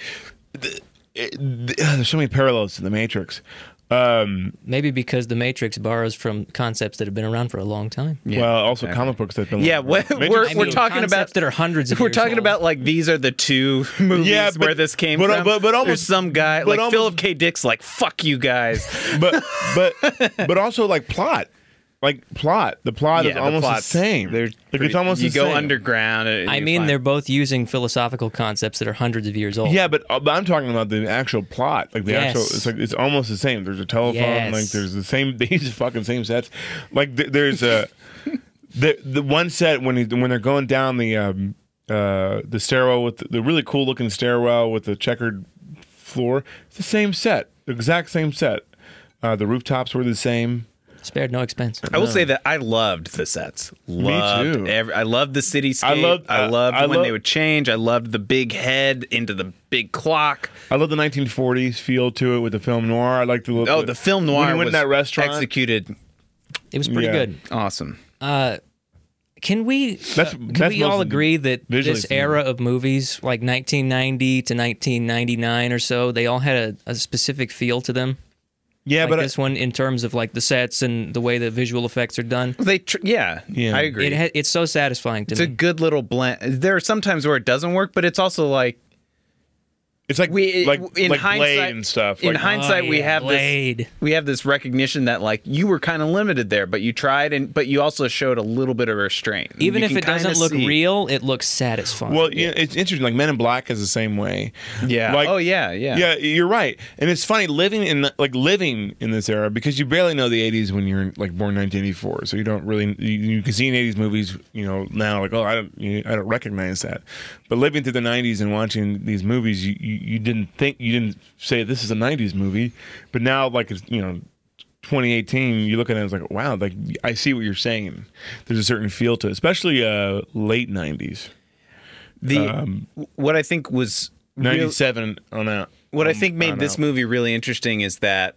[SPEAKER 5] the, it- the- <sighs> there's so many parallels to the Matrix. Um,
[SPEAKER 4] Maybe because the Matrix borrows from concepts that have been around for a long time.
[SPEAKER 5] well, also comic books that have been
[SPEAKER 3] yeah,
[SPEAKER 5] long-
[SPEAKER 3] what, we're,
[SPEAKER 5] Matrix-
[SPEAKER 3] we're
[SPEAKER 4] mean,
[SPEAKER 3] talking
[SPEAKER 4] concepts
[SPEAKER 3] about
[SPEAKER 4] that are hundreds of
[SPEAKER 3] We're
[SPEAKER 4] years
[SPEAKER 3] talking
[SPEAKER 4] old.
[SPEAKER 3] about like these are the two <laughs> movies
[SPEAKER 5] Yeah, but-
[SPEAKER 3] where this came
[SPEAKER 5] but- uh,
[SPEAKER 3] from.
[SPEAKER 5] but- but
[SPEAKER 3] There's
[SPEAKER 5] almost-
[SPEAKER 3] some guy
[SPEAKER 5] but
[SPEAKER 3] like
[SPEAKER 5] almost-
[SPEAKER 3] Philip K. Dick's like fuck you guys.
[SPEAKER 5] but
[SPEAKER 3] <laughs>
[SPEAKER 5] but but also like plot, like plot. The plot is
[SPEAKER 3] the
[SPEAKER 5] almost the,
[SPEAKER 3] plot's-
[SPEAKER 5] same.
[SPEAKER 3] They're
[SPEAKER 5] Like, it's
[SPEAKER 3] pretty-
[SPEAKER 5] almost
[SPEAKER 3] you
[SPEAKER 5] the
[SPEAKER 3] go
[SPEAKER 5] same.
[SPEAKER 3] underground. and
[SPEAKER 4] I
[SPEAKER 3] you
[SPEAKER 4] mean,
[SPEAKER 3] find-
[SPEAKER 4] they're both using philosophical concepts that are hundreds of years old.
[SPEAKER 5] Yeah, but, uh, but I'm talking about the actual plot, like the
[SPEAKER 4] Yes.
[SPEAKER 5] actual. It's like it's almost the same. There's a telephone,
[SPEAKER 4] Yes.
[SPEAKER 5] like there's the same. <laughs> They use the fucking same sets. Like th- there's
[SPEAKER 4] <laughs>
[SPEAKER 5] a the the one set when he, when they're going down the um uh the stairwell with the, the really cool looking stairwell with the checkered floor. It's the same set, the exact same set. Uh, the rooftops were the same.
[SPEAKER 4] Spared no expense.
[SPEAKER 3] I will say that I loved the sets. Loved
[SPEAKER 5] too.
[SPEAKER 3] Every, I loved the cityscape. I
[SPEAKER 5] I
[SPEAKER 3] loved,
[SPEAKER 5] loved- uh,
[SPEAKER 3] I loved
[SPEAKER 5] I
[SPEAKER 3] when
[SPEAKER 5] love-
[SPEAKER 3] they would change. I loved the big head into the big clock.
[SPEAKER 5] I love the 1940s feel to it with the film noir. I like the
[SPEAKER 3] Oh, the film noir
[SPEAKER 5] when he
[SPEAKER 3] was
[SPEAKER 5] went in that restaurant.
[SPEAKER 3] executed
[SPEAKER 4] It was pretty
[SPEAKER 5] Yeah.
[SPEAKER 4] good.
[SPEAKER 3] Awesome.
[SPEAKER 4] Can we?
[SPEAKER 5] That's-
[SPEAKER 4] uh, can
[SPEAKER 5] that's
[SPEAKER 4] we all
[SPEAKER 5] mostly
[SPEAKER 4] agree that
[SPEAKER 5] visually
[SPEAKER 4] this
[SPEAKER 5] for me.
[SPEAKER 4] era of movies, like 1990 to 1999 or so, they all had a, a specific feel to them?
[SPEAKER 5] Yeah,
[SPEAKER 4] like
[SPEAKER 5] but
[SPEAKER 4] this one, in terms of like the sets and the way the visual effects are done,
[SPEAKER 3] They tr- yeah, yeah, I agree.
[SPEAKER 4] it ha- it's so satisfying to
[SPEAKER 3] it's a
[SPEAKER 4] me.
[SPEAKER 3] good little blend. There are some times where it doesn't work, but it's also like
[SPEAKER 5] it's like
[SPEAKER 3] we
[SPEAKER 5] like
[SPEAKER 3] in
[SPEAKER 5] like
[SPEAKER 3] hindsight
[SPEAKER 5] Blade and stuff.
[SPEAKER 3] In
[SPEAKER 5] like,
[SPEAKER 3] hindsight,
[SPEAKER 4] Oh,
[SPEAKER 3] we
[SPEAKER 4] yeah,
[SPEAKER 3] have
[SPEAKER 4] Blade.
[SPEAKER 3] this we have this recognition that like you were kind of limited there, but you tried and but you also showed a little bit of restraint.
[SPEAKER 4] Even
[SPEAKER 3] You
[SPEAKER 4] if
[SPEAKER 3] can
[SPEAKER 4] it doesn't
[SPEAKER 3] kinda
[SPEAKER 4] look
[SPEAKER 3] see-
[SPEAKER 4] real, it looks satisfying.
[SPEAKER 5] Well,
[SPEAKER 7] Well, yeah, it's interesting. Like Men in Black is the same way.
[SPEAKER 3] yeah.
[SPEAKER 5] like-
[SPEAKER 3] oh yeah, yeah,
[SPEAKER 5] Yeah.
[SPEAKER 7] Yeah, you're right. And it's funny living in the- like living in this era because you barely know the 80s when you're like born 1984. So you don't really you, you can see in 80s movies, you know, now like oh, I don't you, I don't recognize that. But living through the 90s and watching these movies, you, you you didn't think you didn't say this is a 90s movie, but now like it's, you know, 2018, you look at it and it's like wow, like I see what you're saying. There's a certain feel to it, especially uh late 90s.
[SPEAKER 3] The
[SPEAKER 5] Um,
[SPEAKER 3] what I think was real-
[SPEAKER 7] 97 on out.
[SPEAKER 3] what I think made this movie really interesting is that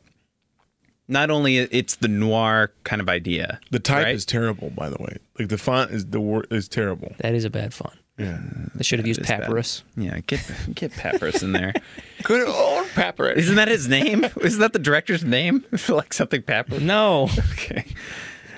[SPEAKER 3] not only it's the noir kind of idea.
[SPEAKER 7] The type
[SPEAKER 3] right?
[SPEAKER 7] is terrible, by the way. Like the font is the word is terrible.
[SPEAKER 4] that is a bad font.
[SPEAKER 7] Yeah.
[SPEAKER 4] They should have used papyrus.
[SPEAKER 3] yeah. Get get Papyrus in there.
[SPEAKER 7] <laughs> Good old papyrus.
[SPEAKER 3] Isn't that his name? Isn't that the director's name? <laughs> like something Papyrus. <laughs>
[SPEAKER 4] No,
[SPEAKER 3] Okay.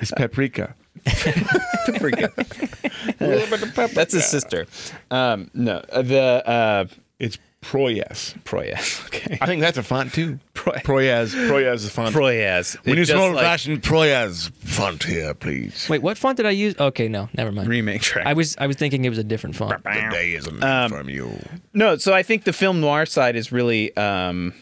[SPEAKER 7] It's paprika.
[SPEAKER 3] Paprika.
[SPEAKER 7] A little bit of paprika.
[SPEAKER 3] That's his sister. Um, no, uh, the uh,
[SPEAKER 7] It's proyas.
[SPEAKER 3] Proyas. <laughs> Okay.
[SPEAKER 7] I think that's a font too.
[SPEAKER 3] Proy-
[SPEAKER 7] Proyas. Proyas is a font.
[SPEAKER 3] Proyas.
[SPEAKER 7] we
[SPEAKER 3] It
[SPEAKER 7] need
[SPEAKER 3] just,
[SPEAKER 7] some old
[SPEAKER 3] like,
[SPEAKER 7] fashioned Proyas font here, please.
[SPEAKER 4] wait, what font did I use? Okay, no, never mind.
[SPEAKER 3] remake track.
[SPEAKER 4] I was I was thinking it was a different font.
[SPEAKER 7] The day is a minute from you.
[SPEAKER 3] no, so I think the film noir side is really um,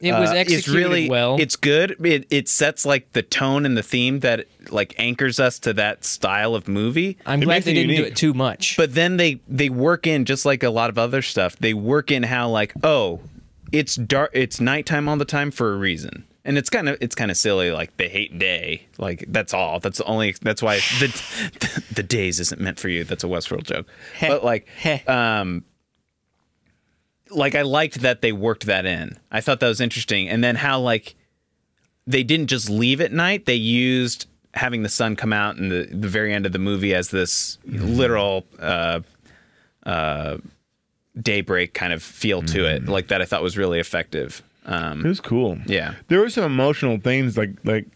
[SPEAKER 4] It was
[SPEAKER 3] uh,
[SPEAKER 4] executed
[SPEAKER 3] it's really
[SPEAKER 4] well.
[SPEAKER 3] It's good. It it sets like the tone and the theme that like anchors us to that style of movie.
[SPEAKER 4] I'm
[SPEAKER 5] it
[SPEAKER 4] glad
[SPEAKER 5] makes
[SPEAKER 4] they
[SPEAKER 5] it
[SPEAKER 4] didn't do
[SPEAKER 5] unique.
[SPEAKER 4] it too much.
[SPEAKER 3] but then they they work in just like a lot of other stuff they work in how like oh it's dark it's nighttime all the time for a reason and it's kind of it's kind of silly like they hate day like that's all that's the only that's why the the days isn't meant for you that's a westworld joke but like um like I liked that they worked that in. I thought that was interesting. And then how like they didn't just leave at night. They used having the sun come out in the, the very end of the movie as this literal uh, uh, daybreak kind of feel to
[SPEAKER 5] Mm.
[SPEAKER 3] it, like that I thought was really effective.
[SPEAKER 5] It was cool.
[SPEAKER 3] Yeah.
[SPEAKER 5] there were some emotional things like like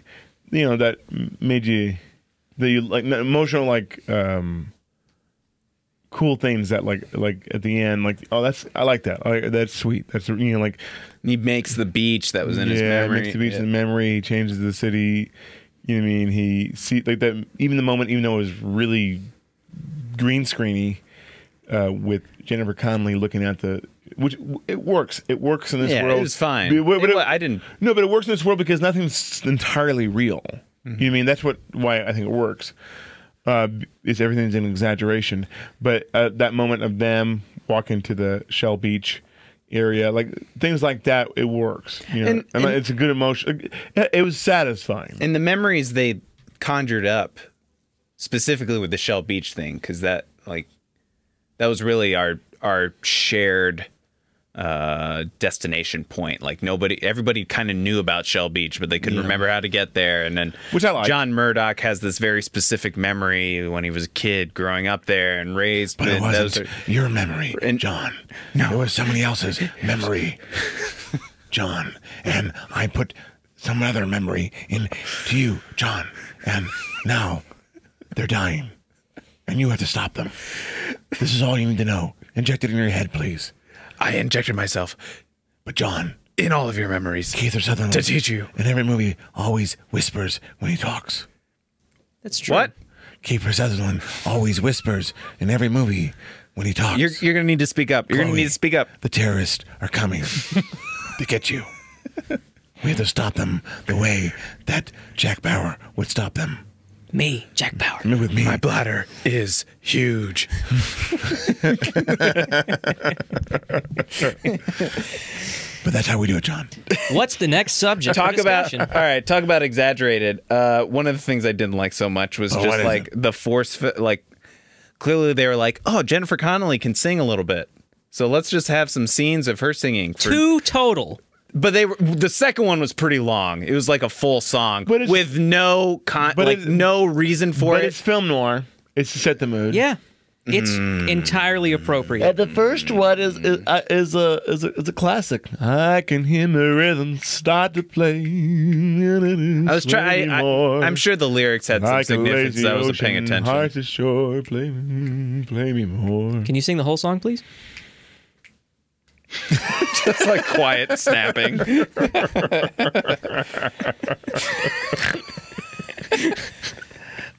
[SPEAKER 5] you know that m- made you that you like not emotional like um cool things that like like at the end like oh that's I like that I, that's sweet that's you know like
[SPEAKER 3] He makes the beach that was in his
[SPEAKER 5] yeah it
[SPEAKER 3] memory.
[SPEAKER 5] makes the beach
[SPEAKER 3] Yeah.
[SPEAKER 5] in memory he changes the city you know what I mean he see like that even the moment even though it was really green screeny uh, with Jennifer Connelly looking at the which it works it works in this
[SPEAKER 3] Yeah,
[SPEAKER 5] world
[SPEAKER 3] it was fine.
[SPEAKER 5] But- but
[SPEAKER 3] It
[SPEAKER 5] it-
[SPEAKER 3] wa- I didn't.
[SPEAKER 5] no, but it works in this world because nothing's entirely real.
[SPEAKER 3] Mm-hmm.
[SPEAKER 5] You know what I mean that's what why I think it works. Uh, b- is everything's an exaggeration, but uh, that moment of them walking to the Shell Beach area, like things like that, it works. You know,
[SPEAKER 3] And-
[SPEAKER 5] and,
[SPEAKER 3] and-
[SPEAKER 5] it's a good emotion. It, it was satisfying.
[SPEAKER 3] And the memories they conjured up, specifically with the Shell Beach thing, because that like that was really our our shared uh destination point like nobody everybody kind of knew about shell beach but they couldn't remember how to get there and then
[SPEAKER 5] Which I liked.
[SPEAKER 3] john murdoch has this very specific memory when he was a kid growing up there and raised
[SPEAKER 7] But it
[SPEAKER 3] and those
[SPEAKER 7] wasn't
[SPEAKER 3] are-
[SPEAKER 7] your memory,
[SPEAKER 3] And-
[SPEAKER 7] John. No. It was somebody else's
[SPEAKER 3] <laughs>
[SPEAKER 7] memory, John. And I put some other memory in to you, John. And now they're dying. And you have to stop them. This is all you need to know. Inject it in your head, please.
[SPEAKER 3] i injected myself
[SPEAKER 7] But John,
[SPEAKER 3] in all of your memories
[SPEAKER 7] Keith or Sutherland
[SPEAKER 3] To teach you.
[SPEAKER 7] in every movie always whispers when he talks.
[SPEAKER 4] That's true.
[SPEAKER 3] what
[SPEAKER 7] Keith Sutherland always whispers in every movie when he talks.
[SPEAKER 3] you're, you're gonna need to speak up you're gonna
[SPEAKER 7] Chloe.
[SPEAKER 3] need to speak up
[SPEAKER 7] The terrorists are coming to get you. We have to stop them the way that Jack Bauer would stop them.
[SPEAKER 4] Me, Jack Bauer.
[SPEAKER 7] Remember with me.
[SPEAKER 3] my bladder is huge
[SPEAKER 7] But that's how we do it, John.
[SPEAKER 4] What's the next subject? for
[SPEAKER 3] talk about
[SPEAKER 4] discussion?
[SPEAKER 3] all right talk about exaggerated uh one of the things i didn't like so much was
[SPEAKER 7] Oh, what
[SPEAKER 3] just
[SPEAKER 7] is
[SPEAKER 3] like
[SPEAKER 7] it?
[SPEAKER 3] the force fi- like clearly they were like oh jennifer connelly can sing a little bit so let's just have some scenes of her singing for,
[SPEAKER 4] two total.
[SPEAKER 3] but they were, the second one was pretty long. It was like a full song
[SPEAKER 5] But it's-
[SPEAKER 3] with no con,
[SPEAKER 5] but
[SPEAKER 3] like
[SPEAKER 5] it-
[SPEAKER 3] no reason for
[SPEAKER 5] But
[SPEAKER 3] it.
[SPEAKER 5] it's film noir. It's to set the mood.
[SPEAKER 4] Yeah. It's
[SPEAKER 3] Hmm.
[SPEAKER 4] entirely appropriate.
[SPEAKER 5] And the first one is is, uh, is a is a is a classic. I can hear my rhythm start to play.
[SPEAKER 3] I was trying. I'm sure the lyrics had some
[SPEAKER 5] Like a
[SPEAKER 3] significance.
[SPEAKER 5] lazy
[SPEAKER 3] I wasn't paying
[SPEAKER 5] ocean,
[SPEAKER 3] attention.
[SPEAKER 5] Heart to shore, play me, play me more.
[SPEAKER 4] Can you sing the whole song, please?
[SPEAKER 3] It's like quiet snapping.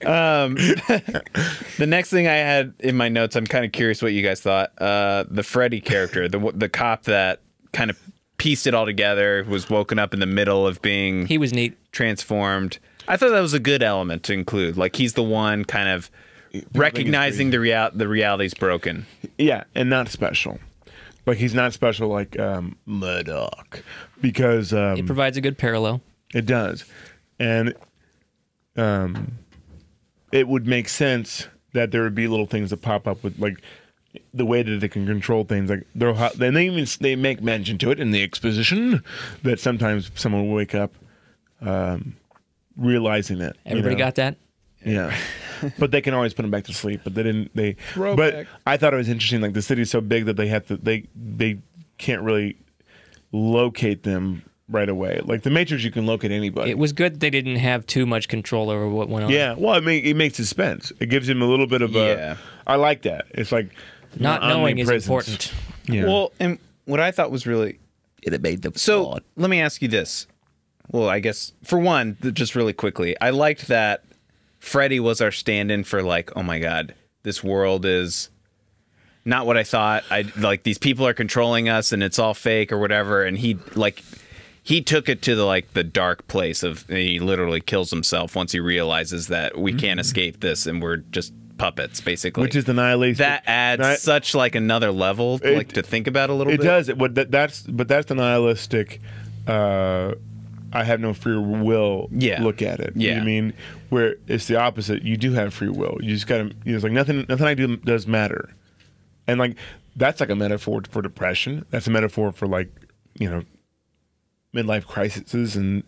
[SPEAKER 3] um, the next thing I had in my notes, I'm kind of curious what you guys thought. Uh, the Freddy character, the the cop that kind of pieced it all together, was woken up in the middle of being
[SPEAKER 4] He was neat.
[SPEAKER 3] transformed. I thought that was a good element to include. Like he's the one kind of recognizing the real the reality's broken.
[SPEAKER 5] Yeah, and not special. Like he's not special like um, Murdoch because um,
[SPEAKER 4] It provides a good parallel.
[SPEAKER 5] It does, and um, it would make sense that there would be little things that pop up with like the way that they can control things. Like they're ho- and they even they make mention to it in the exposition that sometimes someone will wake up um, realizing that you
[SPEAKER 4] Everybody
[SPEAKER 5] know?
[SPEAKER 4] got that?
[SPEAKER 5] Yeah, but they can always put them back to sleep. But they didn't. They.
[SPEAKER 7] Throwback.
[SPEAKER 5] But I thought it was interesting. Like the city's so big that they have to. They they can't really locate them right away. Like the Matrix, you can locate anybody.
[SPEAKER 4] It was good that they didn't have too much control over what went on.
[SPEAKER 5] yeah. Well, I mean, it makes suspense. It gives him a little bit of a. I
[SPEAKER 3] Yeah.
[SPEAKER 5] like that. It's like
[SPEAKER 4] Not knowing is
[SPEAKER 5] omnipresence.
[SPEAKER 4] important.
[SPEAKER 5] Yeah.
[SPEAKER 3] Well, and what I thought was really
[SPEAKER 6] It made them
[SPEAKER 3] So
[SPEAKER 6] flawed.
[SPEAKER 3] let me ask you this. Well, I guess for one, th- just really quickly, I liked that Freddy was our stand-in for like, oh my god, this world is not what I thought. I like these people are controlling us and it's all fake or whatever. And he like he took it to the like the dark place of and he literally kills himself once he realizes that we can't escape this and we're just puppets basically.
[SPEAKER 5] Mm-hmm. which is the nihilation
[SPEAKER 3] that adds
[SPEAKER 5] Ni-
[SPEAKER 3] such like another level like to think about a little
[SPEAKER 5] It
[SPEAKER 3] bit.
[SPEAKER 5] does. It but that, that's but that's the nihilistic. Uh, I have no free will.
[SPEAKER 3] Yeah.
[SPEAKER 5] Look at it. You know
[SPEAKER 3] Yeah.
[SPEAKER 5] what I mean, where it's the opposite. You do have free will. You just gotta. You know, it's like nothing. Nothing I do does matter. And like that's like a metaphor for depression. That's a metaphor for like you know midlife crises and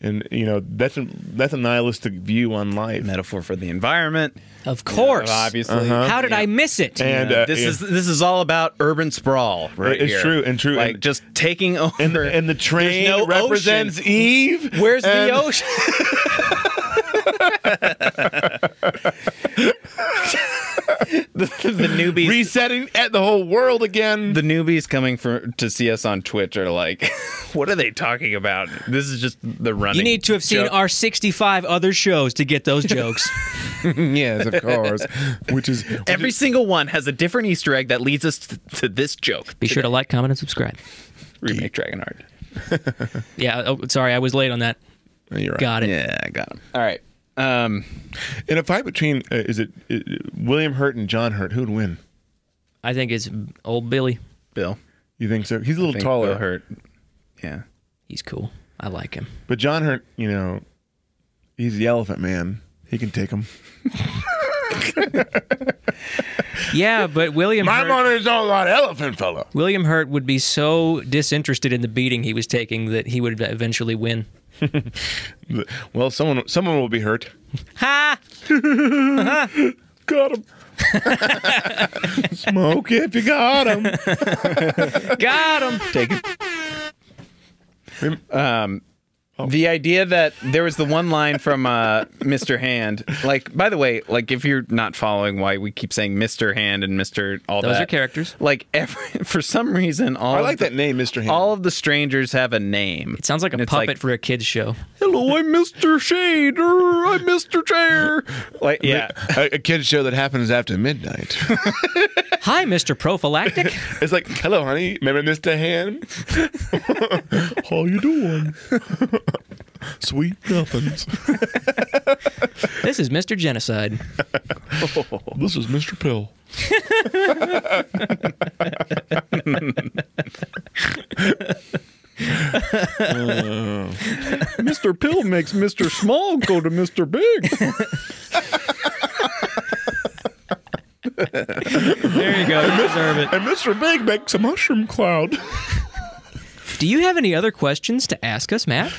[SPEAKER 5] and you know that's a that's a nihilistic view on life.
[SPEAKER 3] Metaphor for the environment.
[SPEAKER 4] Of course.
[SPEAKER 3] Obviously.
[SPEAKER 4] How did I miss it?
[SPEAKER 5] And uh,
[SPEAKER 3] this
[SPEAKER 5] Uh-huh. yeah.
[SPEAKER 3] is this is all about urban sprawl, right?
[SPEAKER 5] It's
[SPEAKER 3] here.
[SPEAKER 5] true, and true,
[SPEAKER 3] Like
[SPEAKER 5] and-
[SPEAKER 3] just taking over.
[SPEAKER 5] and, and the train
[SPEAKER 3] no
[SPEAKER 5] represents Eve.
[SPEAKER 3] Where's
[SPEAKER 5] and-
[SPEAKER 3] the
[SPEAKER 5] <laughs>
[SPEAKER 3] ocean? the, the newbies,
[SPEAKER 5] Resetting at the whole world again.
[SPEAKER 3] the newbies coming for to see us on Twitch are like, <laughs> what are they talking about? This is just the running.
[SPEAKER 4] you need to have seen
[SPEAKER 3] joke.
[SPEAKER 4] our 65 other shows to get those jokes.
[SPEAKER 5] yes, of course. <laughs> Which is
[SPEAKER 3] Every single one has a different Easter egg that leads us to, to this joke.
[SPEAKER 4] Be sure to like, comment, and subscribe.
[SPEAKER 3] Remake Dragonheart.
[SPEAKER 4] Yeah, oh, sorry, I was late on that.
[SPEAKER 5] You're right.
[SPEAKER 4] Got it.
[SPEAKER 3] Yeah, I got him. All right. Um,
[SPEAKER 5] in a fight between uh, is it uh, William Hurt and John Hurt? Who'd win?
[SPEAKER 4] I think it's old Billy.
[SPEAKER 3] Bill.
[SPEAKER 5] You think so? He's a
[SPEAKER 3] I
[SPEAKER 5] little
[SPEAKER 3] think
[SPEAKER 5] taller,
[SPEAKER 3] Bill hurt. Yeah.
[SPEAKER 4] He's cool. I like him.
[SPEAKER 5] but John Hurt, you know, he's the Elephant Man. He can take him.
[SPEAKER 4] Yeah, but William Hurt,
[SPEAKER 5] his own lot, Elephant Fella.
[SPEAKER 4] William Hurt would be so disinterested in the beating he was taking that he would eventually win.
[SPEAKER 5] Well, someone someone will be hurt.
[SPEAKER 4] Ha!
[SPEAKER 5] Got him. <laughs> Smoke if you got him.
[SPEAKER 4] Got him.
[SPEAKER 5] Oh.
[SPEAKER 3] The idea that there was the one line from uh, <laughs> Mr. Hand, like by the way, like if you're not following why we keep saying Mr. Hand and Mr. all
[SPEAKER 4] Those
[SPEAKER 3] that,
[SPEAKER 4] are characters.
[SPEAKER 3] Like every, <laughs> for some reason, all
[SPEAKER 5] I
[SPEAKER 3] of
[SPEAKER 5] like
[SPEAKER 3] the-
[SPEAKER 5] that name, Mr. Hand.
[SPEAKER 3] All of the strangers have a name.
[SPEAKER 4] Sounds like
[SPEAKER 3] And
[SPEAKER 4] a
[SPEAKER 3] it's
[SPEAKER 4] puppet for a kids show.
[SPEAKER 3] Hello, I'm Mr. Shader. I'm Mr. Chair. <laughs> Like yeah,
[SPEAKER 5] <laughs> a, a kid's show that happens after <laughs> midnight.
[SPEAKER 4] Hi, Mr. Prophylactic.
[SPEAKER 5] It's like, hello, honey. Remember Mr. Hand? How you doing? Sweet nothings.
[SPEAKER 4] this is Mr. Genocide.
[SPEAKER 5] This is Mr. Pill.
[SPEAKER 3] Mr. Pill makes Mr. Small go to Mr. Big.
[SPEAKER 4] There you go. You deserve it.
[SPEAKER 5] And Mr. Big makes a mushroom cloud.
[SPEAKER 4] Do Do you have any other questions to ask us, Matt?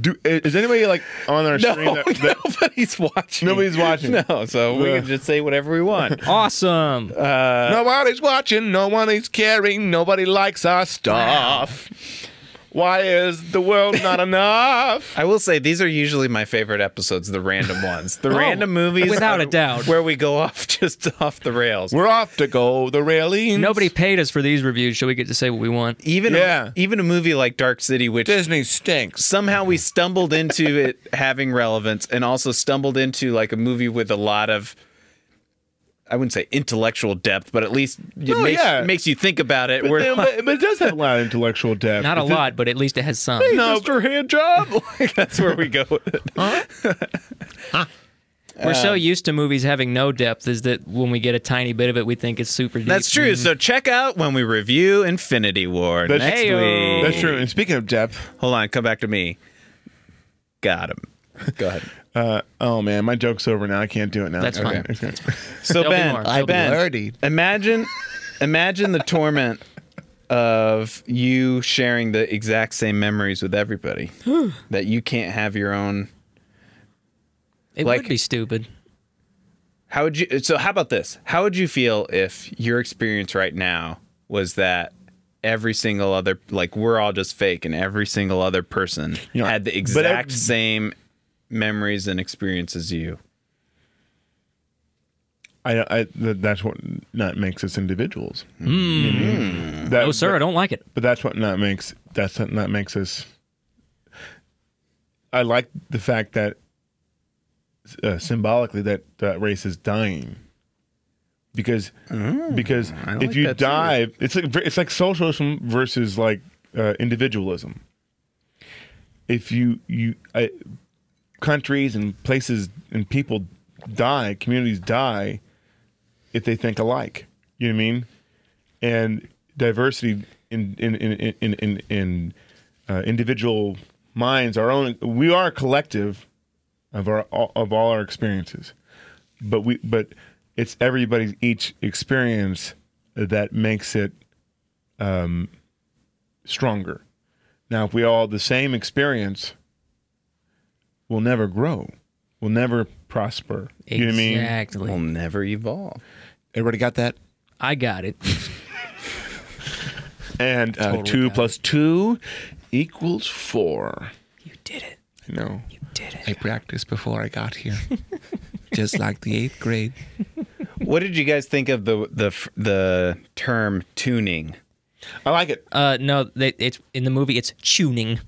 [SPEAKER 5] Do, is anybody like on our stream? That, that,
[SPEAKER 3] nobody's watching.
[SPEAKER 5] <laughs> Nobody's watching.
[SPEAKER 3] <laughs> No, so we can just say whatever we want.
[SPEAKER 4] Awesome.
[SPEAKER 5] Nobody's watching. No one is caring. Nobody likes our stuff. Why is the world <laughs> not enough?
[SPEAKER 3] I will say these are usually my favorite episodes, the
[SPEAKER 5] <laughs>
[SPEAKER 3] random ones.
[SPEAKER 5] Oh,
[SPEAKER 3] The random movies
[SPEAKER 4] without
[SPEAKER 3] are
[SPEAKER 4] a doubt.
[SPEAKER 3] where we go off <laughs> just off the rails.
[SPEAKER 5] We're off to go the railings.
[SPEAKER 4] Nobody paid us for these reviews, so we get to say what we want.
[SPEAKER 3] even
[SPEAKER 5] Yeah.
[SPEAKER 3] a, even a movie like Dark City which
[SPEAKER 7] Disney stinks.
[SPEAKER 3] somehow we stumbled into it <laughs> having relevance and also stumbled into like a movie with a lot of I wouldn't say intellectual depth, but at least it
[SPEAKER 5] No,
[SPEAKER 3] makes,
[SPEAKER 5] Oh, yeah.
[SPEAKER 3] makes you think about it.
[SPEAKER 5] Yeah,
[SPEAKER 3] We're like,
[SPEAKER 5] but, but it does have a lot of intellectual depth.
[SPEAKER 4] Not a
[SPEAKER 5] It's-
[SPEAKER 4] lot, but at least it has some.
[SPEAKER 5] No, Mr. <laughs> Handjob.
[SPEAKER 3] like, that's where we go. With it.
[SPEAKER 4] We're so used to movies having no depth is that when we get a tiny bit of it, we think it's super deep.
[SPEAKER 3] That's true. So check out when we review Infinity War
[SPEAKER 5] That's-
[SPEAKER 3] next week.
[SPEAKER 5] That's true. And speaking of depth,
[SPEAKER 3] Hold on, come back to me. Got him. Go ahead.
[SPEAKER 5] uh, oh man, my joke's over now. I can't do it now.
[SPEAKER 4] That's fine.
[SPEAKER 5] Okay.
[SPEAKER 3] So
[SPEAKER 4] There'll be
[SPEAKER 3] Ben,
[SPEAKER 4] more. There'll be
[SPEAKER 3] Ben,
[SPEAKER 4] more.
[SPEAKER 3] imagine, imagine the torment of you sharing the exact same memories with everybody that you can't have your own.
[SPEAKER 4] It
[SPEAKER 3] like-
[SPEAKER 4] would be stupid.
[SPEAKER 3] How would you? So how about this? How would you feel if your experience right now was that every single other, like we're all just fake, and every single other person
[SPEAKER 5] You know,
[SPEAKER 3] had the
[SPEAKER 5] but I-
[SPEAKER 3] exact same memories and experiences you?
[SPEAKER 5] I, I, th- that's what not makes us individuals. Mm-hmm. That-
[SPEAKER 4] Hmm. No, Oh, sir, I don't like it.
[SPEAKER 5] But that's what not makes that's what not makes us. I like the fact that uh, symbolically that that race is dying because because if
[SPEAKER 3] Mm, like
[SPEAKER 5] you
[SPEAKER 3] that too.
[SPEAKER 5] die, it's like it's like socialism versus like uh, individualism. If you you I, countries and places and people die, communities die if they think alike. You know what I mean? and diversity in in in in in, in uh, individual minds. Our own we are a collective of our all, of all our experiences, but we but it's everybody's each experience that makes it um, stronger. Now, if we all had the same experience, we'll never grow. We'll never prosper. You know what I mean?
[SPEAKER 4] Exactly.
[SPEAKER 3] Will never evolve.
[SPEAKER 7] Everybody got that?
[SPEAKER 4] I got it.
[SPEAKER 5] And uh,
[SPEAKER 7] two plus two equals four.
[SPEAKER 4] You did it.
[SPEAKER 5] you know,
[SPEAKER 4] Did it.
[SPEAKER 7] I practiced before I got here, just like the eighth grade.
[SPEAKER 3] What did you guys think of the the f- the term tuning?
[SPEAKER 5] I like it.
[SPEAKER 4] Uh, no, they, it's in the movie. It's tuning.